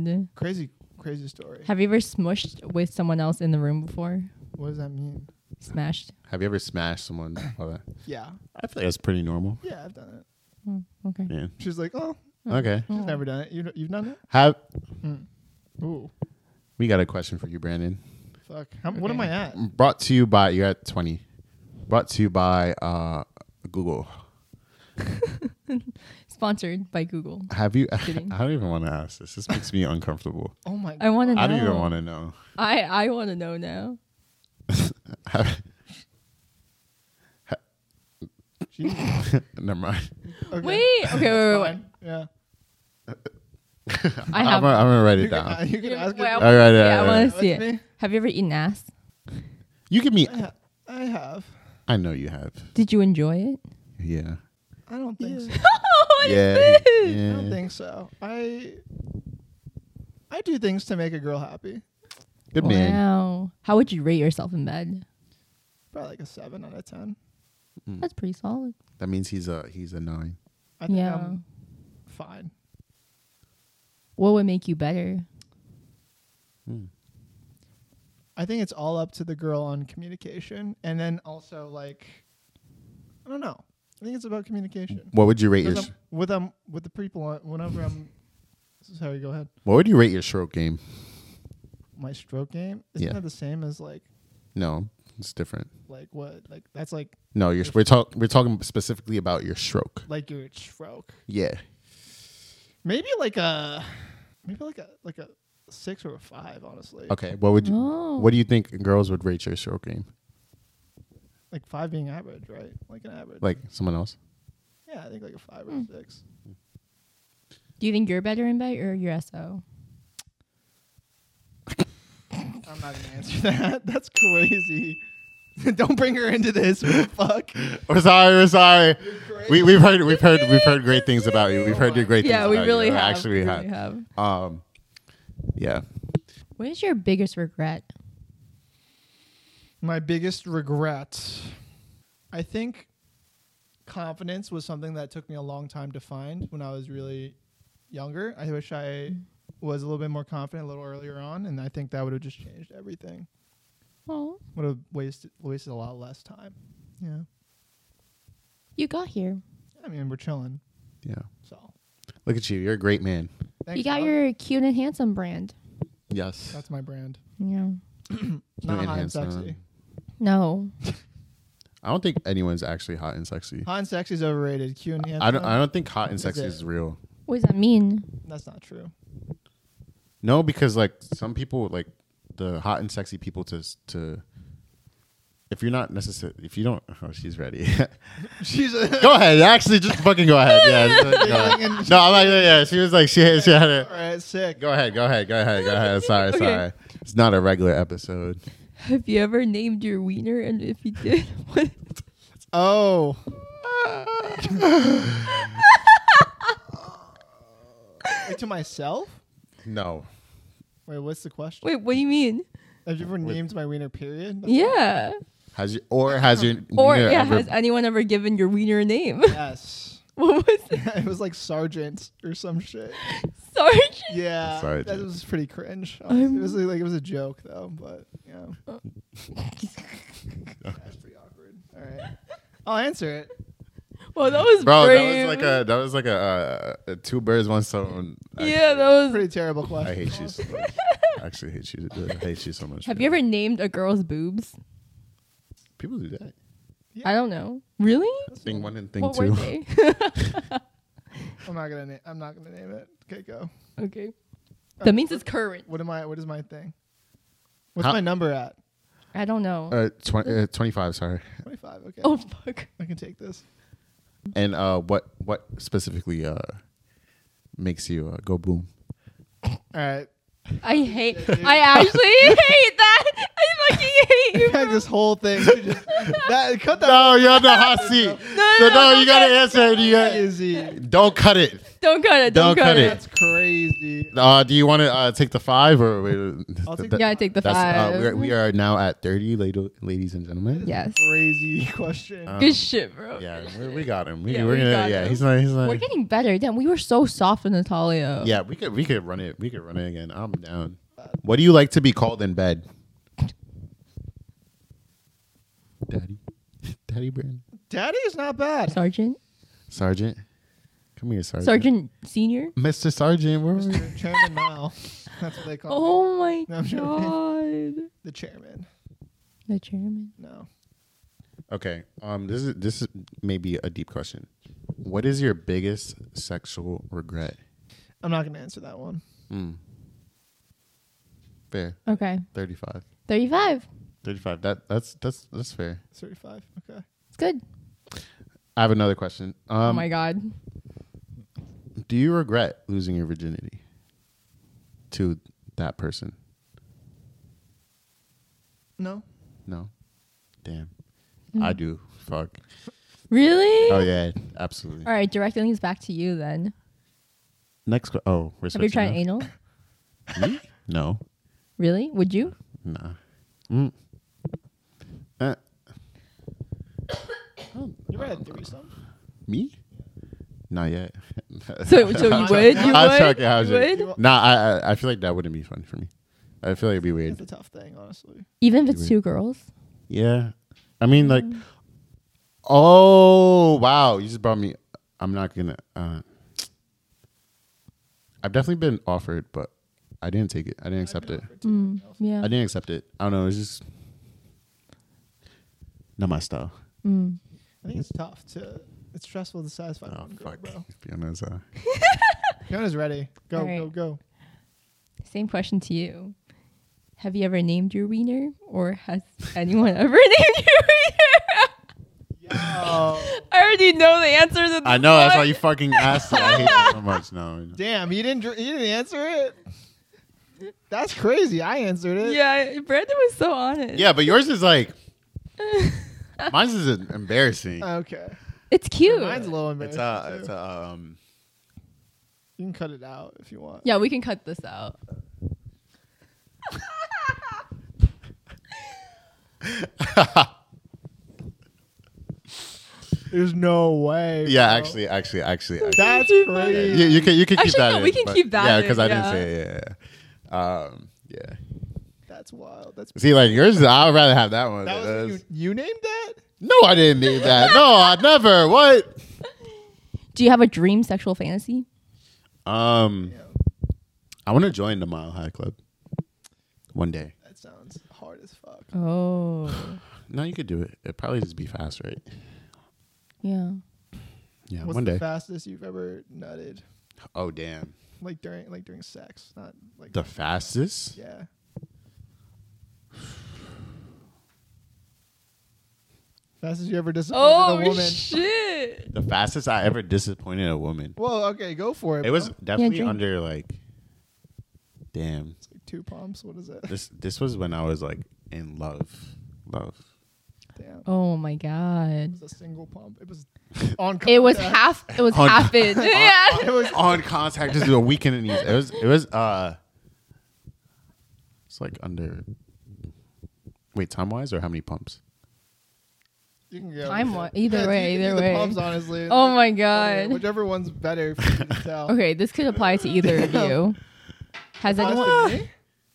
Speaker 3: god.
Speaker 1: Crazy, crazy story.
Speaker 3: Have you ever smushed with someone else in the room before?
Speaker 1: What does that mean?
Speaker 3: Smashed.
Speaker 2: Have you ever smashed someone? All that.
Speaker 1: Yeah,
Speaker 2: I feel like that's pretty normal.
Speaker 1: yeah, I've done it.
Speaker 3: Hmm, okay.
Speaker 2: Yeah.
Speaker 1: She's like, oh,
Speaker 3: Hmm.
Speaker 2: Okay.
Speaker 1: She's never done it. You, you've done
Speaker 2: Have
Speaker 1: it? Ooh,
Speaker 2: we got a question for you, Brandon?
Speaker 1: fuck. How, What am I at?
Speaker 2: Brought to you by you're at twenty. Brought to you by uh, Google.
Speaker 3: Sponsored by Google.
Speaker 2: Have you? I
Speaker 3: Kidding.
Speaker 2: don't even want to ask this. This makes me uncomfortable.
Speaker 1: Oh my god.
Speaker 3: I want to know.
Speaker 2: I don't even want to know.
Speaker 3: I I want to know now.
Speaker 2: Have-
Speaker 1: Jesus.
Speaker 2: Never mind.
Speaker 1: Okay.
Speaker 3: Wait. Okay. Wait. Wait. wait.
Speaker 1: Fine. Yeah.
Speaker 3: I
Speaker 2: I'm
Speaker 3: have.
Speaker 2: gonna, I'm gonna write it
Speaker 1: You can, uh,
Speaker 2: down.
Speaker 1: you can
Speaker 3: Wait,
Speaker 1: ask it.
Speaker 3: I-
Speaker 2: All right, all
Speaker 3: yeah,
Speaker 2: right,
Speaker 3: I
Speaker 2: all
Speaker 3: want
Speaker 2: right.
Speaker 3: to see it.
Speaker 1: Me?
Speaker 3: Have you ever eaten ass?
Speaker 2: You can meet.
Speaker 1: I, ha- I have.
Speaker 2: I know you have.
Speaker 3: Did you enjoy it?
Speaker 2: Yeah.
Speaker 1: I don't think so.
Speaker 3: What is
Speaker 2: yeah.
Speaker 3: this?
Speaker 1: I don't
Speaker 2: yeah.
Speaker 1: think so. I I do things to make a girl happy.
Speaker 2: Good man.
Speaker 3: Wow. How would you rate yourself in bed?
Speaker 1: Probably like a seven out of ten.
Speaker 2: Mm.
Speaker 3: That's pretty solid.
Speaker 2: Hmm. That means he's a he's a nine.
Speaker 1: I think
Speaker 3: Yeah.
Speaker 2: um,
Speaker 1: I'm fine.
Speaker 3: What would make you better? Hmm.
Speaker 1: I think it's all up to the girl on communication, and then also like I don't know. I think it's about communication.
Speaker 2: What would you rate your
Speaker 1: With, um, with um with the people on- whenever I'm sorry, go ahead.
Speaker 2: What would you rate your stroke game?
Speaker 1: My stroke game isn't
Speaker 2: Yeah.
Speaker 1: that the same as like
Speaker 2: No, it's different.
Speaker 1: like what like that's like
Speaker 2: No, you're, we're talking we're talking specifically about your stroke.
Speaker 1: like your stroke.
Speaker 2: Yeah.
Speaker 1: Maybe like a maybe like a like a six or a five, honestly.
Speaker 2: Okay. What would you,
Speaker 3: Oh.
Speaker 2: What do you think girls would rate your stroke game?
Speaker 1: Like five being average, right? Like an average.
Speaker 2: Like someone else?
Speaker 1: yeah, I think like a five or a six.
Speaker 3: Do you think you're better in bed or your SO?
Speaker 1: I'm not gonna answer that. That's crazy. Don't bring her into this. What the fuck?
Speaker 2: We're sorry. We're sorry. We we've heard we've heard we've heard great things about you. We've heard your great
Speaker 3: Yeah,
Speaker 2: things.
Speaker 3: we
Speaker 2: about
Speaker 3: really
Speaker 2: you.
Speaker 3: have.
Speaker 2: Actually, we
Speaker 3: we
Speaker 2: have.
Speaker 3: really have.
Speaker 2: Um. Yeah.
Speaker 3: What is your biggest regret?
Speaker 1: My biggest regret. I think confidence was something that took me a long time to find when I was really younger. I wish I was a little bit more confident a little earlier on, and I think that would have just changed everything.
Speaker 3: Oh,
Speaker 1: Would have wasted wasted a lot less time. Yeah.
Speaker 3: you got here.
Speaker 1: I mean, we're chilling.
Speaker 2: Yeah.
Speaker 1: So
Speaker 2: Look at you. You're a great man.
Speaker 1: Thanks,
Speaker 3: you got
Speaker 1: Alex.
Speaker 3: your cute and handsome brand.
Speaker 2: Yes.
Speaker 1: That's my brand.
Speaker 3: Yeah.
Speaker 1: Not hot and
Speaker 2: enhanced, huh?
Speaker 1: sexy.
Speaker 3: No.
Speaker 2: I don't think anyone's actually hot and sexy.
Speaker 1: Hot and sexy is overrated. Q and handsome.
Speaker 2: I don't. I don't think hot and
Speaker 1: Is
Speaker 2: sexy
Speaker 1: it?
Speaker 2: is real.
Speaker 3: What does that mean?
Speaker 1: That's not true.
Speaker 2: No, because like some people like the hot and sexy people to to. If you're not necessary, if you don't, oh, she's ready.
Speaker 1: She's a
Speaker 2: go ahead. Actually, just fucking go ahead. Yeah. just go ahead. No, I'm like, yeah, yeah. She was like, she, she had
Speaker 1: all
Speaker 2: a.
Speaker 1: right, sick.
Speaker 2: Go ahead. Go ahead. Go ahead. Go ahead. Sorry.
Speaker 3: Okay.
Speaker 2: Sorry. It's not a regular episode.
Speaker 3: Have you ever named your wiener? And if you did, what?
Speaker 1: Oh, wait, to myself.
Speaker 2: No.
Speaker 1: Wait, what's the question?
Speaker 3: Wait, what do you mean?
Speaker 1: Have you ever named my wiener? Period.
Speaker 3: Yeah.
Speaker 2: Has you or has your
Speaker 3: Or
Speaker 2: wiener
Speaker 3: yeah,
Speaker 2: ever-
Speaker 3: has anyone ever given your wiener a name?
Speaker 1: Yes.
Speaker 3: what was it?
Speaker 1: it was like sergeant or some shit.
Speaker 3: Sarge?
Speaker 1: Yeah, that
Speaker 2: Sergeant.
Speaker 1: was pretty cringe. honestly.
Speaker 3: I'm-
Speaker 1: It was like it was a joke though, but yeah, that's pretty awkward. All right, I'll answer it.
Speaker 3: Well, that was
Speaker 2: bro? That
Speaker 3: brave.
Speaker 2: was like a that was like a, uh, a two birds one stone.
Speaker 3: yeah, that was.
Speaker 1: Pretty terrible question.
Speaker 2: I hate you so much. I actually hate you. I hate you so much.
Speaker 3: Have you ever named a girl's boobs?
Speaker 2: People do that.
Speaker 3: I don't know. Really?
Speaker 2: Thing one and thing
Speaker 3: what
Speaker 2: two.
Speaker 3: were they?
Speaker 1: I'm not gonna. Na- I'm not gonna name it. Okay, go.
Speaker 3: okay. That means it's current.
Speaker 1: What am I? What is my thing? What's
Speaker 2: How-
Speaker 1: my number at?
Speaker 3: I don't know.
Speaker 2: Uh, twen- uh, twenty-five. Sorry.
Speaker 1: Twenty-five. Okay,
Speaker 3: oh fuck.
Speaker 1: I can take this.
Speaker 2: And uh, what what specifically uh makes you uh, go boom?
Speaker 1: All right.
Speaker 3: I hate. I actually hate that. I fucking hate you.
Speaker 1: Back this whole thing. You just- that cut that
Speaker 2: No, you're on the hot seat. No,
Speaker 3: no, no,
Speaker 2: you gotta answer it. You gotta,
Speaker 1: crazy.
Speaker 2: don't cut it.
Speaker 3: Don't cut it. Don't,
Speaker 2: Don't cut it.
Speaker 1: That's crazy.
Speaker 2: Uh, do you want to uh, take the five or? Wait, uh,
Speaker 1: I'll take
Speaker 3: Yeah, I take the
Speaker 2: that's,
Speaker 3: five.
Speaker 2: Uh, we, are, we are now at thirty, lady, ladies and gentlemen.
Speaker 3: yes.
Speaker 1: Crazy question.
Speaker 2: Um,
Speaker 3: Good shit, bro.
Speaker 2: Yeah, we we got him. We,
Speaker 3: Yeah,
Speaker 2: we're
Speaker 3: we
Speaker 2: gonna.
Speaker 3: got
Speaker 2: Yeah,
Speaker 3: him.
Speaker 2: he's not. He's not.
Speaker 3: We're getting better. Damn, we were so soft in Natalia.
Speaker 2: yeah, we could. We could run it. We could run it again. I'm down. What do you like to be called in bed? Daddy, Daddy Brandon,
Speaker 1: Daddy is not bad.
Speaker 3: Sergeant.
Speaker 2: Sergeant. Come here, Sergeant.
Speaker 3: Sergeant Senior.
Speaker 2: Mr. Sergeant, where were you?
Speaker 1: Mr. Chairman Mao. That's what they call him.
Speaker 3: Oh my
Speaker 1: No, I'm
Speaker 3: god.
Speaker 1: the chairman.
Speaker 3: The chairman.
Speaker 1: No.
Speaker 2: Okay. Um. This is this is maybe a deep question. What is your biggest sexual regret?
Speaker 1: I'm not going to answer that one.
Speaker 2: Mm. Fair.
Speaker 3: Okay.
Speaker 2: 35.
Speaker 3: 35.
Speaker 2: 35. That that's that's that's fair.
Speaker 1: It's 35. Okay.
Speaker 3: It's good.
Speaker 2: I have another question. Um,
Speaker 3: oh my god.
Speaker 2: Do you regret losing your virginity to that person?
Speaker 1: No.
Speaker 2: No. Damn.
Speaker 3: Mm.
Speaker 2: I do. Fuck.
Speaker 3: Really?
Speaker 2: Oh yeah. Absolutely.
Speaker 3: All right, directing these back to you then.
Speaker 2: Next. Qu- oh, we're
Speaker 3: Have you
Speaker 2: switching.
Speaker 3: tried
Speaker 2: now?
Speaker 3: anal?
Speaker 2: Me? No.
Speaker 3: Really? Would you?
Speaker 2: Nah. Mm. Uh,
Speaker 1: You
Speaker 2: Oh,
Speaker 1: read threesome?
Speaker 2: me? Not yet.
Speaker 3: So, so you would? You
Speaker 2: I was
Speaker 3: would?
Speaker 2: joking, I was
Speaker 3: You
Speaker 2: joking.
Speaker 3: would?
Speaker 2: Nah, I, I I feel like that wouldn't be fun for me. I feel like it'd be
Speaker 1: It's
Speaker 2: weird.
Speaker 1: a tough thing, honestly.
Speaker 3: Even if
Speaker 2: You
Speaker 3: it's
Speaker 2: would.
Speaker 3: two girls.
Speaker 2: Yeah. I mean, like, oh, wow. You just brought me. I'm not going to. Uh, I've definitely been offered, but I didn't take it. I didn't accept it.
Speaker 3: Mm, yeah.
Speaker 2: I didn't accept it. I don't know. It's just not my style.
Speaker 3: Mm.
Speaker 1: I think it's tough to. It's stressful to satisfy
Speaker 2: Oh,
Speaker 1: one girl,
Speaker 2: fuck.
Speaker 1: bro.
Speaker 2: Fiona's, uh,
Speaker 1: Fiona's ready. Go,
Speaker 3: All right.
Speaker 1: go, go.
Speaker 3: Same question to you. Have you ever named your wiener, or has anyone ever named your wiener?
Speaker 1: Oh,
Speaker 3: I already know the answer to this.
Speaker 2: I know. That's why
Speaker 3: one.
Speaker 2: you fucking asked it. I hate you so much. No.
Speaker 1: damn! You didn't. dr- You didn't answer it. That's crazy. I answered it.
Speaker 3: Yeah, Brandon was so honest.
Speaker 2: Yeah, but yours is like. Mine's is embarrassing.
Speaker 1: Okay.
Speaker 3: It's cute.
Speaker 1: Mine's a little
Speaker 2: It's
Speaker 1: embarrassing.
Speaker 2: a,
Speaker 1: too.
Speaker 2: it's a, um,
Speaker 1: You can cut it out if you want.
Speaker 3: Yeah, we can cut this out.
Speaker 1: There's no way.
Speaker 2: yeah,
Speaker 1: bro.
Speaker 2: actually, actually, actually, actually.
Speaker 1: That's
Speaker 3: Too
Speaker 2: Yeah,
Speaker 1: crazy.
Speaker 2: you, you can you can keep
Speaker 3: Actually,
Speaker 2: that.
Speaker 3: no,
Speaker 2: in,
Speaker 3: we can
Speaker 2: but-
Speaker 3: keep that
Speaker 2: Yeah,
Speaker 3: in,
Speaker 2: because I
Speaker 3: yeah.
Speaker 2: didn't say it. Yeah, yeah. Um, yeah.
Speaker 1: That's wild. That's.
Speaker 2: See, like yours, is, I would rather have that one.
Speaker 1: That
Speaker 2: than
Speaker 1: was you,
Speaker 2: this.
Speaker 1: you named that?
Speaker 2: no, I didn't need that. No, I never. What?
Speaker 3: Do you have a dream sexual fantasy?
Speaker 2: Um,
Speaker 1: Yeah,
Speaker 2: I want to join the Mile High Club one day.
Speaker 1: that sounds hard as fuck.
Speaker 3: Oh,
Speaker 2: No, you could do it. It'd probably just be fast, right?
Speaker 3: yeah.
Speaker 2: Yeah,
Speaker 1: What's
Speaker 2: one
Speaker 1: the
Speaker 2: day.
Speaker 1: fastest you've ever nutted?
Speaker 2: oh damn,
Speaker 1: Like during like during sex, not like
Speaker 2: the fastest.
Speaker 1: yeah. Fastest you ever disappointed a woman.
Speaker 3: Oh, shit!
Speaker 2: The fastest I ever disappointed a woman.
Speaker 1: Well, okay, go for it.
Speaker 2: It was
Speaker 1: bro.
Speaker 2: definitely
Speaker 3: drink.
Speaker 2: under like. Damn,
Speaker 1: It's like two pumps. What is it?
Speaker 2: this this was when I was like in love, love.
Speaker 1: Damn.
Speaker 3: Oh my god!
Speaker 1: It was a single pump. It was on.
Speaker 3: It was
Speaker 1: contact.
Speaker 3: half. It was
Speaker 2: Oh, no.
Speaker 3: half in.
Speaker 1: It
Speaker 3: yeah.
Speaker 1: was
Speaker 2: on contact just a weekend in these. It was it was uh it's like under wait, time wise or how many pumps?
Speaker 1: you can go.
Speaker 3: Time
Speaker 1: with
Speaker 3: wa-
Speaker 1: it.
Speaker 3: either
Speaker 1: Yeah,
Speaker 3: way,
Speaker 1: you can do
Speaker 3: either
Speaker 1: the
Speaker 3: way.
Speaker 1: Pumps, honestly.
Speaker 3: Oh my
Speaker 1: Yeah,
Speaker 3: god.
Speaker 1: Whichever one's better for you to tell.
Speaker 3: Okay, this could apply to either of you. Has
Speaker 1: Pause
Speaker 3: anyone?
Speaker 1: to me?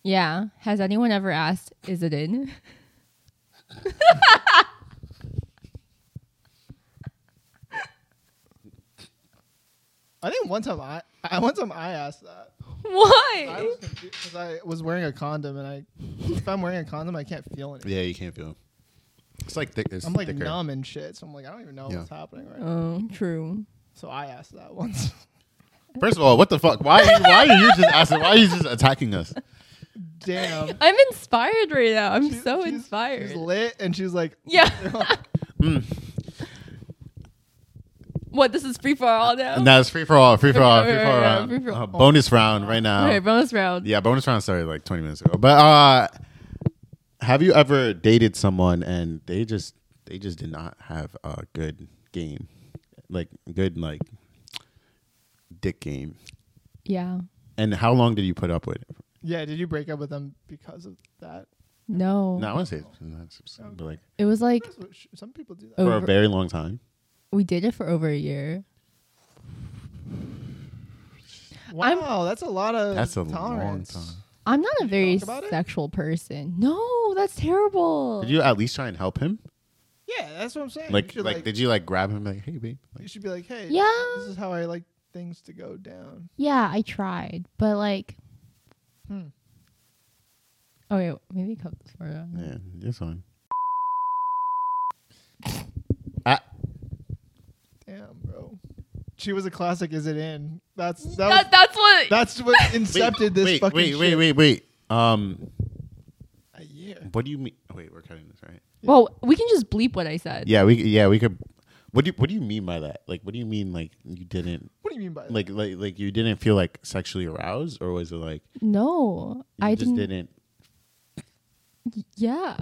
Speaker 3: Yeah. Has anyone ever asked, "Is it in?"
Speaker 1: I think one time I, I one time I asked that. I
Speaker 3: Why?
Speaker 1: was confused 'cause I was wearing a condom, and I if I'm wearing a condom, I can't feel anything.
Speaker 2: Yeah, you can't feel. 'em. It's like thick it's
Speaker 1: I'm like
Speaker 2: thicker.
Speaker 1: numb and shit, so I'm like I don't even know
Speaker 2: Yeah.
Speaker 1: what's happening right now.
Speaker 3: Oh, true.
Speaker 1: So I asked that once.
Speaker 2: First of all, what the fuck? Why are you, why are you just asking why are you just attacking us?
Speaker 1: Damn.
Speaker 3: I'm inspired right now. I'm
Speaker 1: She-
Speaker 3: so
Speaker 1: she's-
Speaker 3: inspired.
Speaker 1: She's lit, and she's like,
Speaker 3: Yeah.
Speaker 2: Mm.
Speaker 3: What? This is free for all now.
Speaker 2: And that's free for all, free for
Speaker 3: Okay,
Speaker 2: all,
Speaker 3: okay,
Speaker 2: free for
Speaker 3: okay,
Speaker 2: all
Speaker 3: okay,
Speaker 2: round.
Speaker 3: free for
Speaker 2: Uh,
Speaker 3: all.
Speaker 2: bonus round right now.
Speaker 3: Okay, bonus round.
Speaker 2: Yeah, bonus round started like 20 minutes ago. But uh have you ever dated someone and they just they just did not have a good game? Like good like dick game.
Speaker 3: Yeah.
Speaker 2: And how long did you put up with it?
Speaker 1: yeah. Did you break up with them because of that?
Speaker 3: No.
Speaker 2: No, I want to say it's not specific, but like
Speaker 3: It was like
Speaker 1: That's what sh- Some people do that.
Speaker 3: Oh.
Speaker 2: for a
Speaker 3: Over-
Speaker 2: very long time.
Speaker 3: we did it for over a year. I'm-
Speaker 1: Wow, that's a lot of
Speaker 2: That's a
Speaker 1: tolerance.
Speaker 2: long time.
Speaker 3: I'm not a very
Speaker 1: talk about it?
Speaker 3: sexual person. No, that's terrible.
Speaker 2: Did you at least try and help him?
Speaker 1: Yeah, that's what I'm saying.
Speaker 2: Like
Speaker 1: you should,
Speaker 2: like, did you like grab him like, "Hey babe."
Speaker 1: you should be like, hey,
Speaker 3: Yeah.
Speaker 1: this is how I like things to go down.
Speaker 3: Yeah, I tried, but like,
Speaker 1: Hmm.
Speaker 3: oh wait, maybe cut this part out.
Speaker 2: Yeah, that's fine. Ah,
Speaker 1: Damn, bro. She was a classic. Is it in? That's that. was,
Speaker 3: That, that's what.
Speaker 1: that's what incepted this
Speaker 2: wait,
Speaker 1: fucking
Speaker 2: wait, wait,
Speaker 1: shit.
Speaker 2: wait, wait. Um,
Speaker 1: A year.
Speaker 2: what do you mean? Wait, we're cutting this, right?
Speaker 3: well, we can just bleep what I said.
Speaker 2: Yeah, we yeah we could. What do you, what do you mean by that? Like, what do you mean like you didn't
Speaker 1: What do you mean by that?
Speaker 2: like like like you didn't feel like sexually aroused, or was it like
Speaker 3: No,
Speaker 2: you
Speaker 3: I
Speaker 2: just
Speaker 3: didn't.
Speaker 2: didn't?
Speaker 3: Yeah.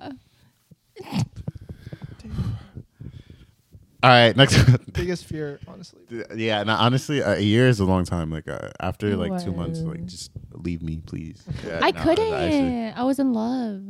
Speaker 2: All right, next.
Speaker 1: biggest fear, honestly.
Speaker 2: yeah, and honestly, a year is a long time. Like uh, after
Speaker 3: It
Speaker 2: like two months,
Speaker 3: was.
Speaker 2: like just leave me, please. Yeah,
Speaker 3: I
Speaker 2: no,
Speaker 3: couldn't.
Speaker 2: actually-
Speaker 3: I was in love.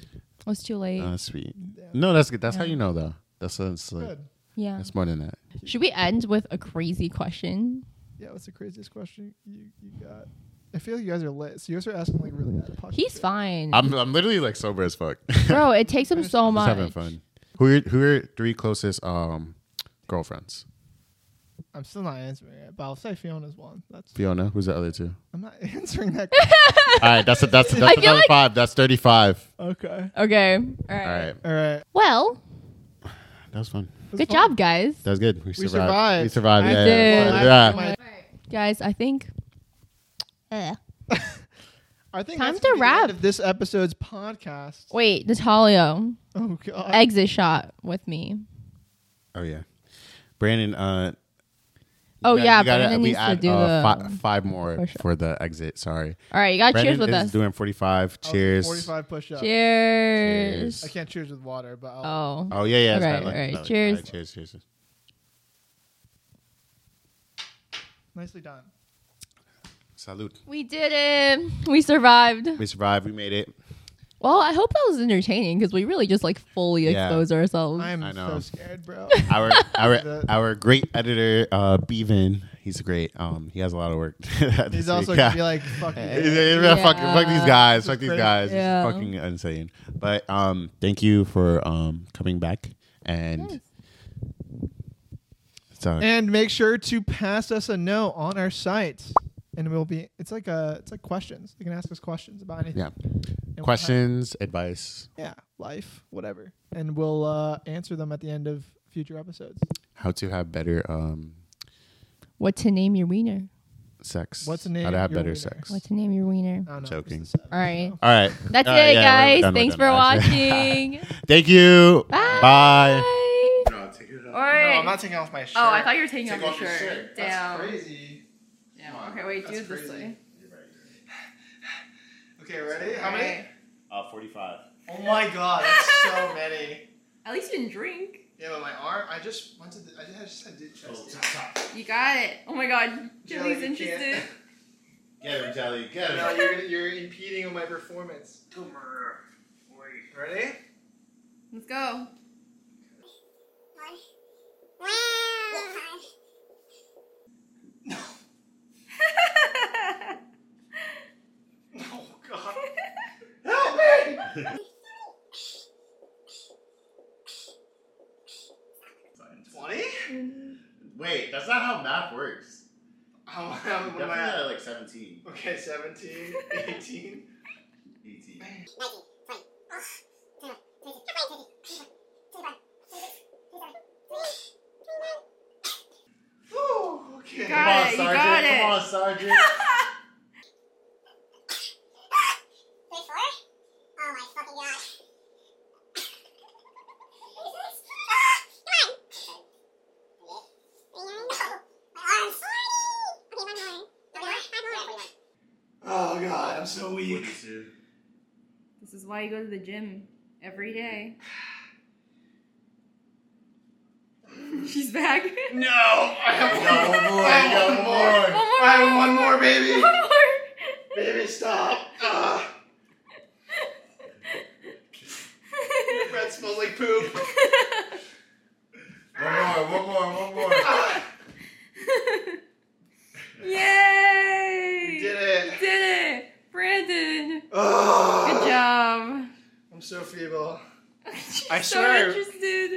Speaker 3: It was too late.
Speaker 2: Uh, sweet.
Speaker 1: Damn.
Speaker 2: No, that's good. That's how
Speaker 3: Yeah.
Speaker 2: you know, though. That's that's like
Speaker 1: Good.
Speaker 3: yeah.
Speaker 2: that's more than that.
Speaker 3: Should we end with a crazy question?
Speaker 1: Yeah, what's the craziest question you, you got? I feel like you guys are lit. So you guys are asking like really out of pocket.
Speaker 3: He's
Speaker 1: shit.
Speaker 3: fine,
Speaker 2: I'm I'm literally like sober as fuck.
Speaker 3: bro. It takes him so
Speaker 2: Just
Speaker 3: much.
Speaker 2: having fun. Who are who are your three closest um girlfriends?
Speaker 1: I'm still not answering it, but I'll say Fiona's one. That's
Speaker 2: Fiona, who's the other two?
Speaker 1: I'm not answering that. question.
Speaker 2: All right, that's a, that's
Speaker 3: I
Speaker 2: that's
Speaker 3: feel
Speaker 2: another
Speaker 3: like-
Speaker 2: five. That's thirty five.
Speaker 1: okay.
Speaker 3: Okay. All
Speaker 2: All
Speaker 3: right.
Speaker 2: right,
Speaker 1: All right.
Speaker 3: Well,
Speaker 2: that was fun.
Speaker 1: That's
Speaker 3: good
Speaker 1: fine.
Speaker 3: job, guys.
Speaker 2: That was good. We,
Speaker 1: survived.
Speaker 2: We survived.
Speaker 3: I
Speaker 2: Yeah,
Speaker 3: did.
Speaker 2: yeah,
Speaker 1: I-
Speaker 2: yeah.
Speaker 1: my-
Speaker 3: Guys, I think. Ugh.
Speaker 1: I think that's
Speaker 3: Time to
Speaker 1: gonna be the end
Speaker 3: wrap.
Speaker 1: of this episode's podcast.
Speaker 3: Wait, Natalio,
Speaker 1: Oh
Speaker 2: Uh,
Speaker 1: god.
Speaker 3: exit shot with me.
Speaker 2: Oh yeah, Brandon. Uh,
Speaker 3: Oh,
Speaker 2: we
Speaker 3: yeah,
Speaker 2: we gotta-
Speaker 3: Brandon
Speaker 2: we
Speaker 3: needs to
Speaker 2: add,
Speaker 3: do
Speaker 2: uh,
Speaker 3: the-
Speaker 2: fi- five more
Speaker 3: for
Speaker 2: for,
Speaker 3: sure.
Speaker 2: the exit. Sorry,
Speaker 3: All right, you got to cheers
Speaker 2: Brandon
Speaker 3: with
Speaker 2: is
Speaker 3: us.
Speaker 2: doing forty five.
Speaker 1: I'll do
Speaker 2: Cheers.
Speaker 1: 45 push-ups.
Speaker 3: Cheers.
Speaker 2: Cheers.
Speaker 1: I can't cheers with water, but I'll,
Speaker 3: Oh.
Speaker 2: Oh yeah, yeah. it's
Speaker 3: All
Speaker 2: not
Speaker 3: right,
Speaker 2: like-
Speaker 3: all right.
Speaker 2: not like-
Speaker 3: Cheers.
Speaker 2: all right, cheers, cheers. cheers.
Speaker 1: nicely done.
Speaker 2: Salute.
Speaker 3: We did it. We survived.
Speaker 2: We survived. We made it.
Speaker 3: Well, I hope that was entertaining because we really just like fully
Speaker 2: Yeah.
Speaker 3: exposed ourselves.
Speaker 1: I'm
Speaker 2: I
Speaker 1: so
Speaker 2: know.
Speaker 1: scared, bro.
Speaker 2: Our our
Speaker 1: The-
Speaker 2: our great editor, uh, Bevan. He's great. Um, he has a lot of work.
Speaker 1: He's also gonna be like, fuck
Speaker 2: He's-
Speaker 1: it.
Speaker 2: he's like, fuck, fuck these
Speaker 3: Yeah.
Speaker 2: guys.
Speaker 1: This
Speaker 2: Fuck
Speaker 1: is
Speaker 2: these
Speaker 1: crazy.
Speaker 2: guys. This is
Speaker 3: Yeah.
Speaker 2: fucking insane. But um, thank you for um coming back and. uh,
Speaker 3: Yes.
Speaker 2: So,
Speaker 1: And make sure to pass us a note on our site, and we'll be. It's like a. It's like questions. You can ask us questions about anything.
Speaker 2: yeah.
Speaker 1: And we'll
Speaker 2: Questions, advice,
Speaker 1: have- yeah, life, whatever, and we'll uh, answer them at the end of future episodes.
Speaker 2: how to have better um
Speaker 3: What to name your wiener?
Speaker 2: sex.
Speaker 1: What's the name
Speaker 2: How to
Speaker 1: of
Speaker 2: have
Speaker 1: your
Speaker 2: better
Speaker 1: wiener?
Speaker 2: sex.
Speaker 3: What to name your wiener?
Speaker 1: I don't know, it's
Speaker 2: Joking.
Speaker 1: the seven,
Speaker 3: All right.
Speaker 1: so.
Speaker 2: All right.
Speaker 3: That's
Speaker 2: Uh,
Speaker 3: it,
Speaker 2: yeah, we're
Speaker 3: guys.
Speaker 2: done, we're
Speaker 3: Thanks for
Speaker 2: done, actually.
Speaker 3: watching.
Speaker 2: Thank you.
Speaker 3: Bye.
Speaker 2: Bye.
Speaker 3: All right.
Speaker 1: taking off my shirt.
Speaker 3: oh, I thought you were taking off your
Speaker 2: off your
Speaker 3: shirt.
Speaker 2: shirt.
Speaker 3: Damn.
Speaker 1: crazy.
Speaker 3: Damn. Okay, wait. Do it this way.
Speaker 1: Okay, ready? How
Speaker 3: Alright.
Speaker 2: Uh, 45.
Speaker 1: Oh my god, that's so many.
Speaker 3: At least you didn't drink.
Speaker 1: Yeah, but my arm. I just went to. The, I just I did chest.
Speaker 3: You got it. Oh my god.
Speaker 1: Jelly,
Speaker 3: Jilly's
Speaker 1: you can't.
Speaker 3: interested.
Speaker 2: Get him, Jelly. Get
Speaker 1: No, you're gonna- you're impeding on my performance. Ready?
Speaker 3: Let's go.
Speaker 1: Oh god. Help me! Twenty?
Speaker 2: Wait, that's not how math works.
Speaker 1: How what am I at?
Speaker 2: like 17,
Speaker 1: Okay, 17, 18.
Speaker 2: 18.
Speaker 1: Whew, okay.
Speaker 3: Got Come on, it, you Sergeant. got Come it. on,
Speaker 2: Sergeant.
Speaker 1: Oh god, I'm so weak.
Speaker 3: This is why you go to the gym every day. She's back.
Speaker 1: No! I have one
Speaker 2: Oh,
Speaker 1: more. I have one more.
Speaker 3: One more,
Speaker 1: I have
Speaker 3: one
Speaker 1: one more, baby.
Speaker 3: One more.
Speaker 1: Baby, stop. Uh, your breath smells like poop.
Speaker 2: One more, one more, one more.
Speaker 1: Ah,
Speaker 3: Yay!
Speaker 1: you did it.
Speaker 3: Did it, Brandon.
Speaker 1: Oh,
Speaker 3: Good job.
Speaker 1: I'm so feeble.
Speaker 3: She's
Speaker 1: I
Speaker 3: so
Speaker 1: swear.
Speaker 3: interested.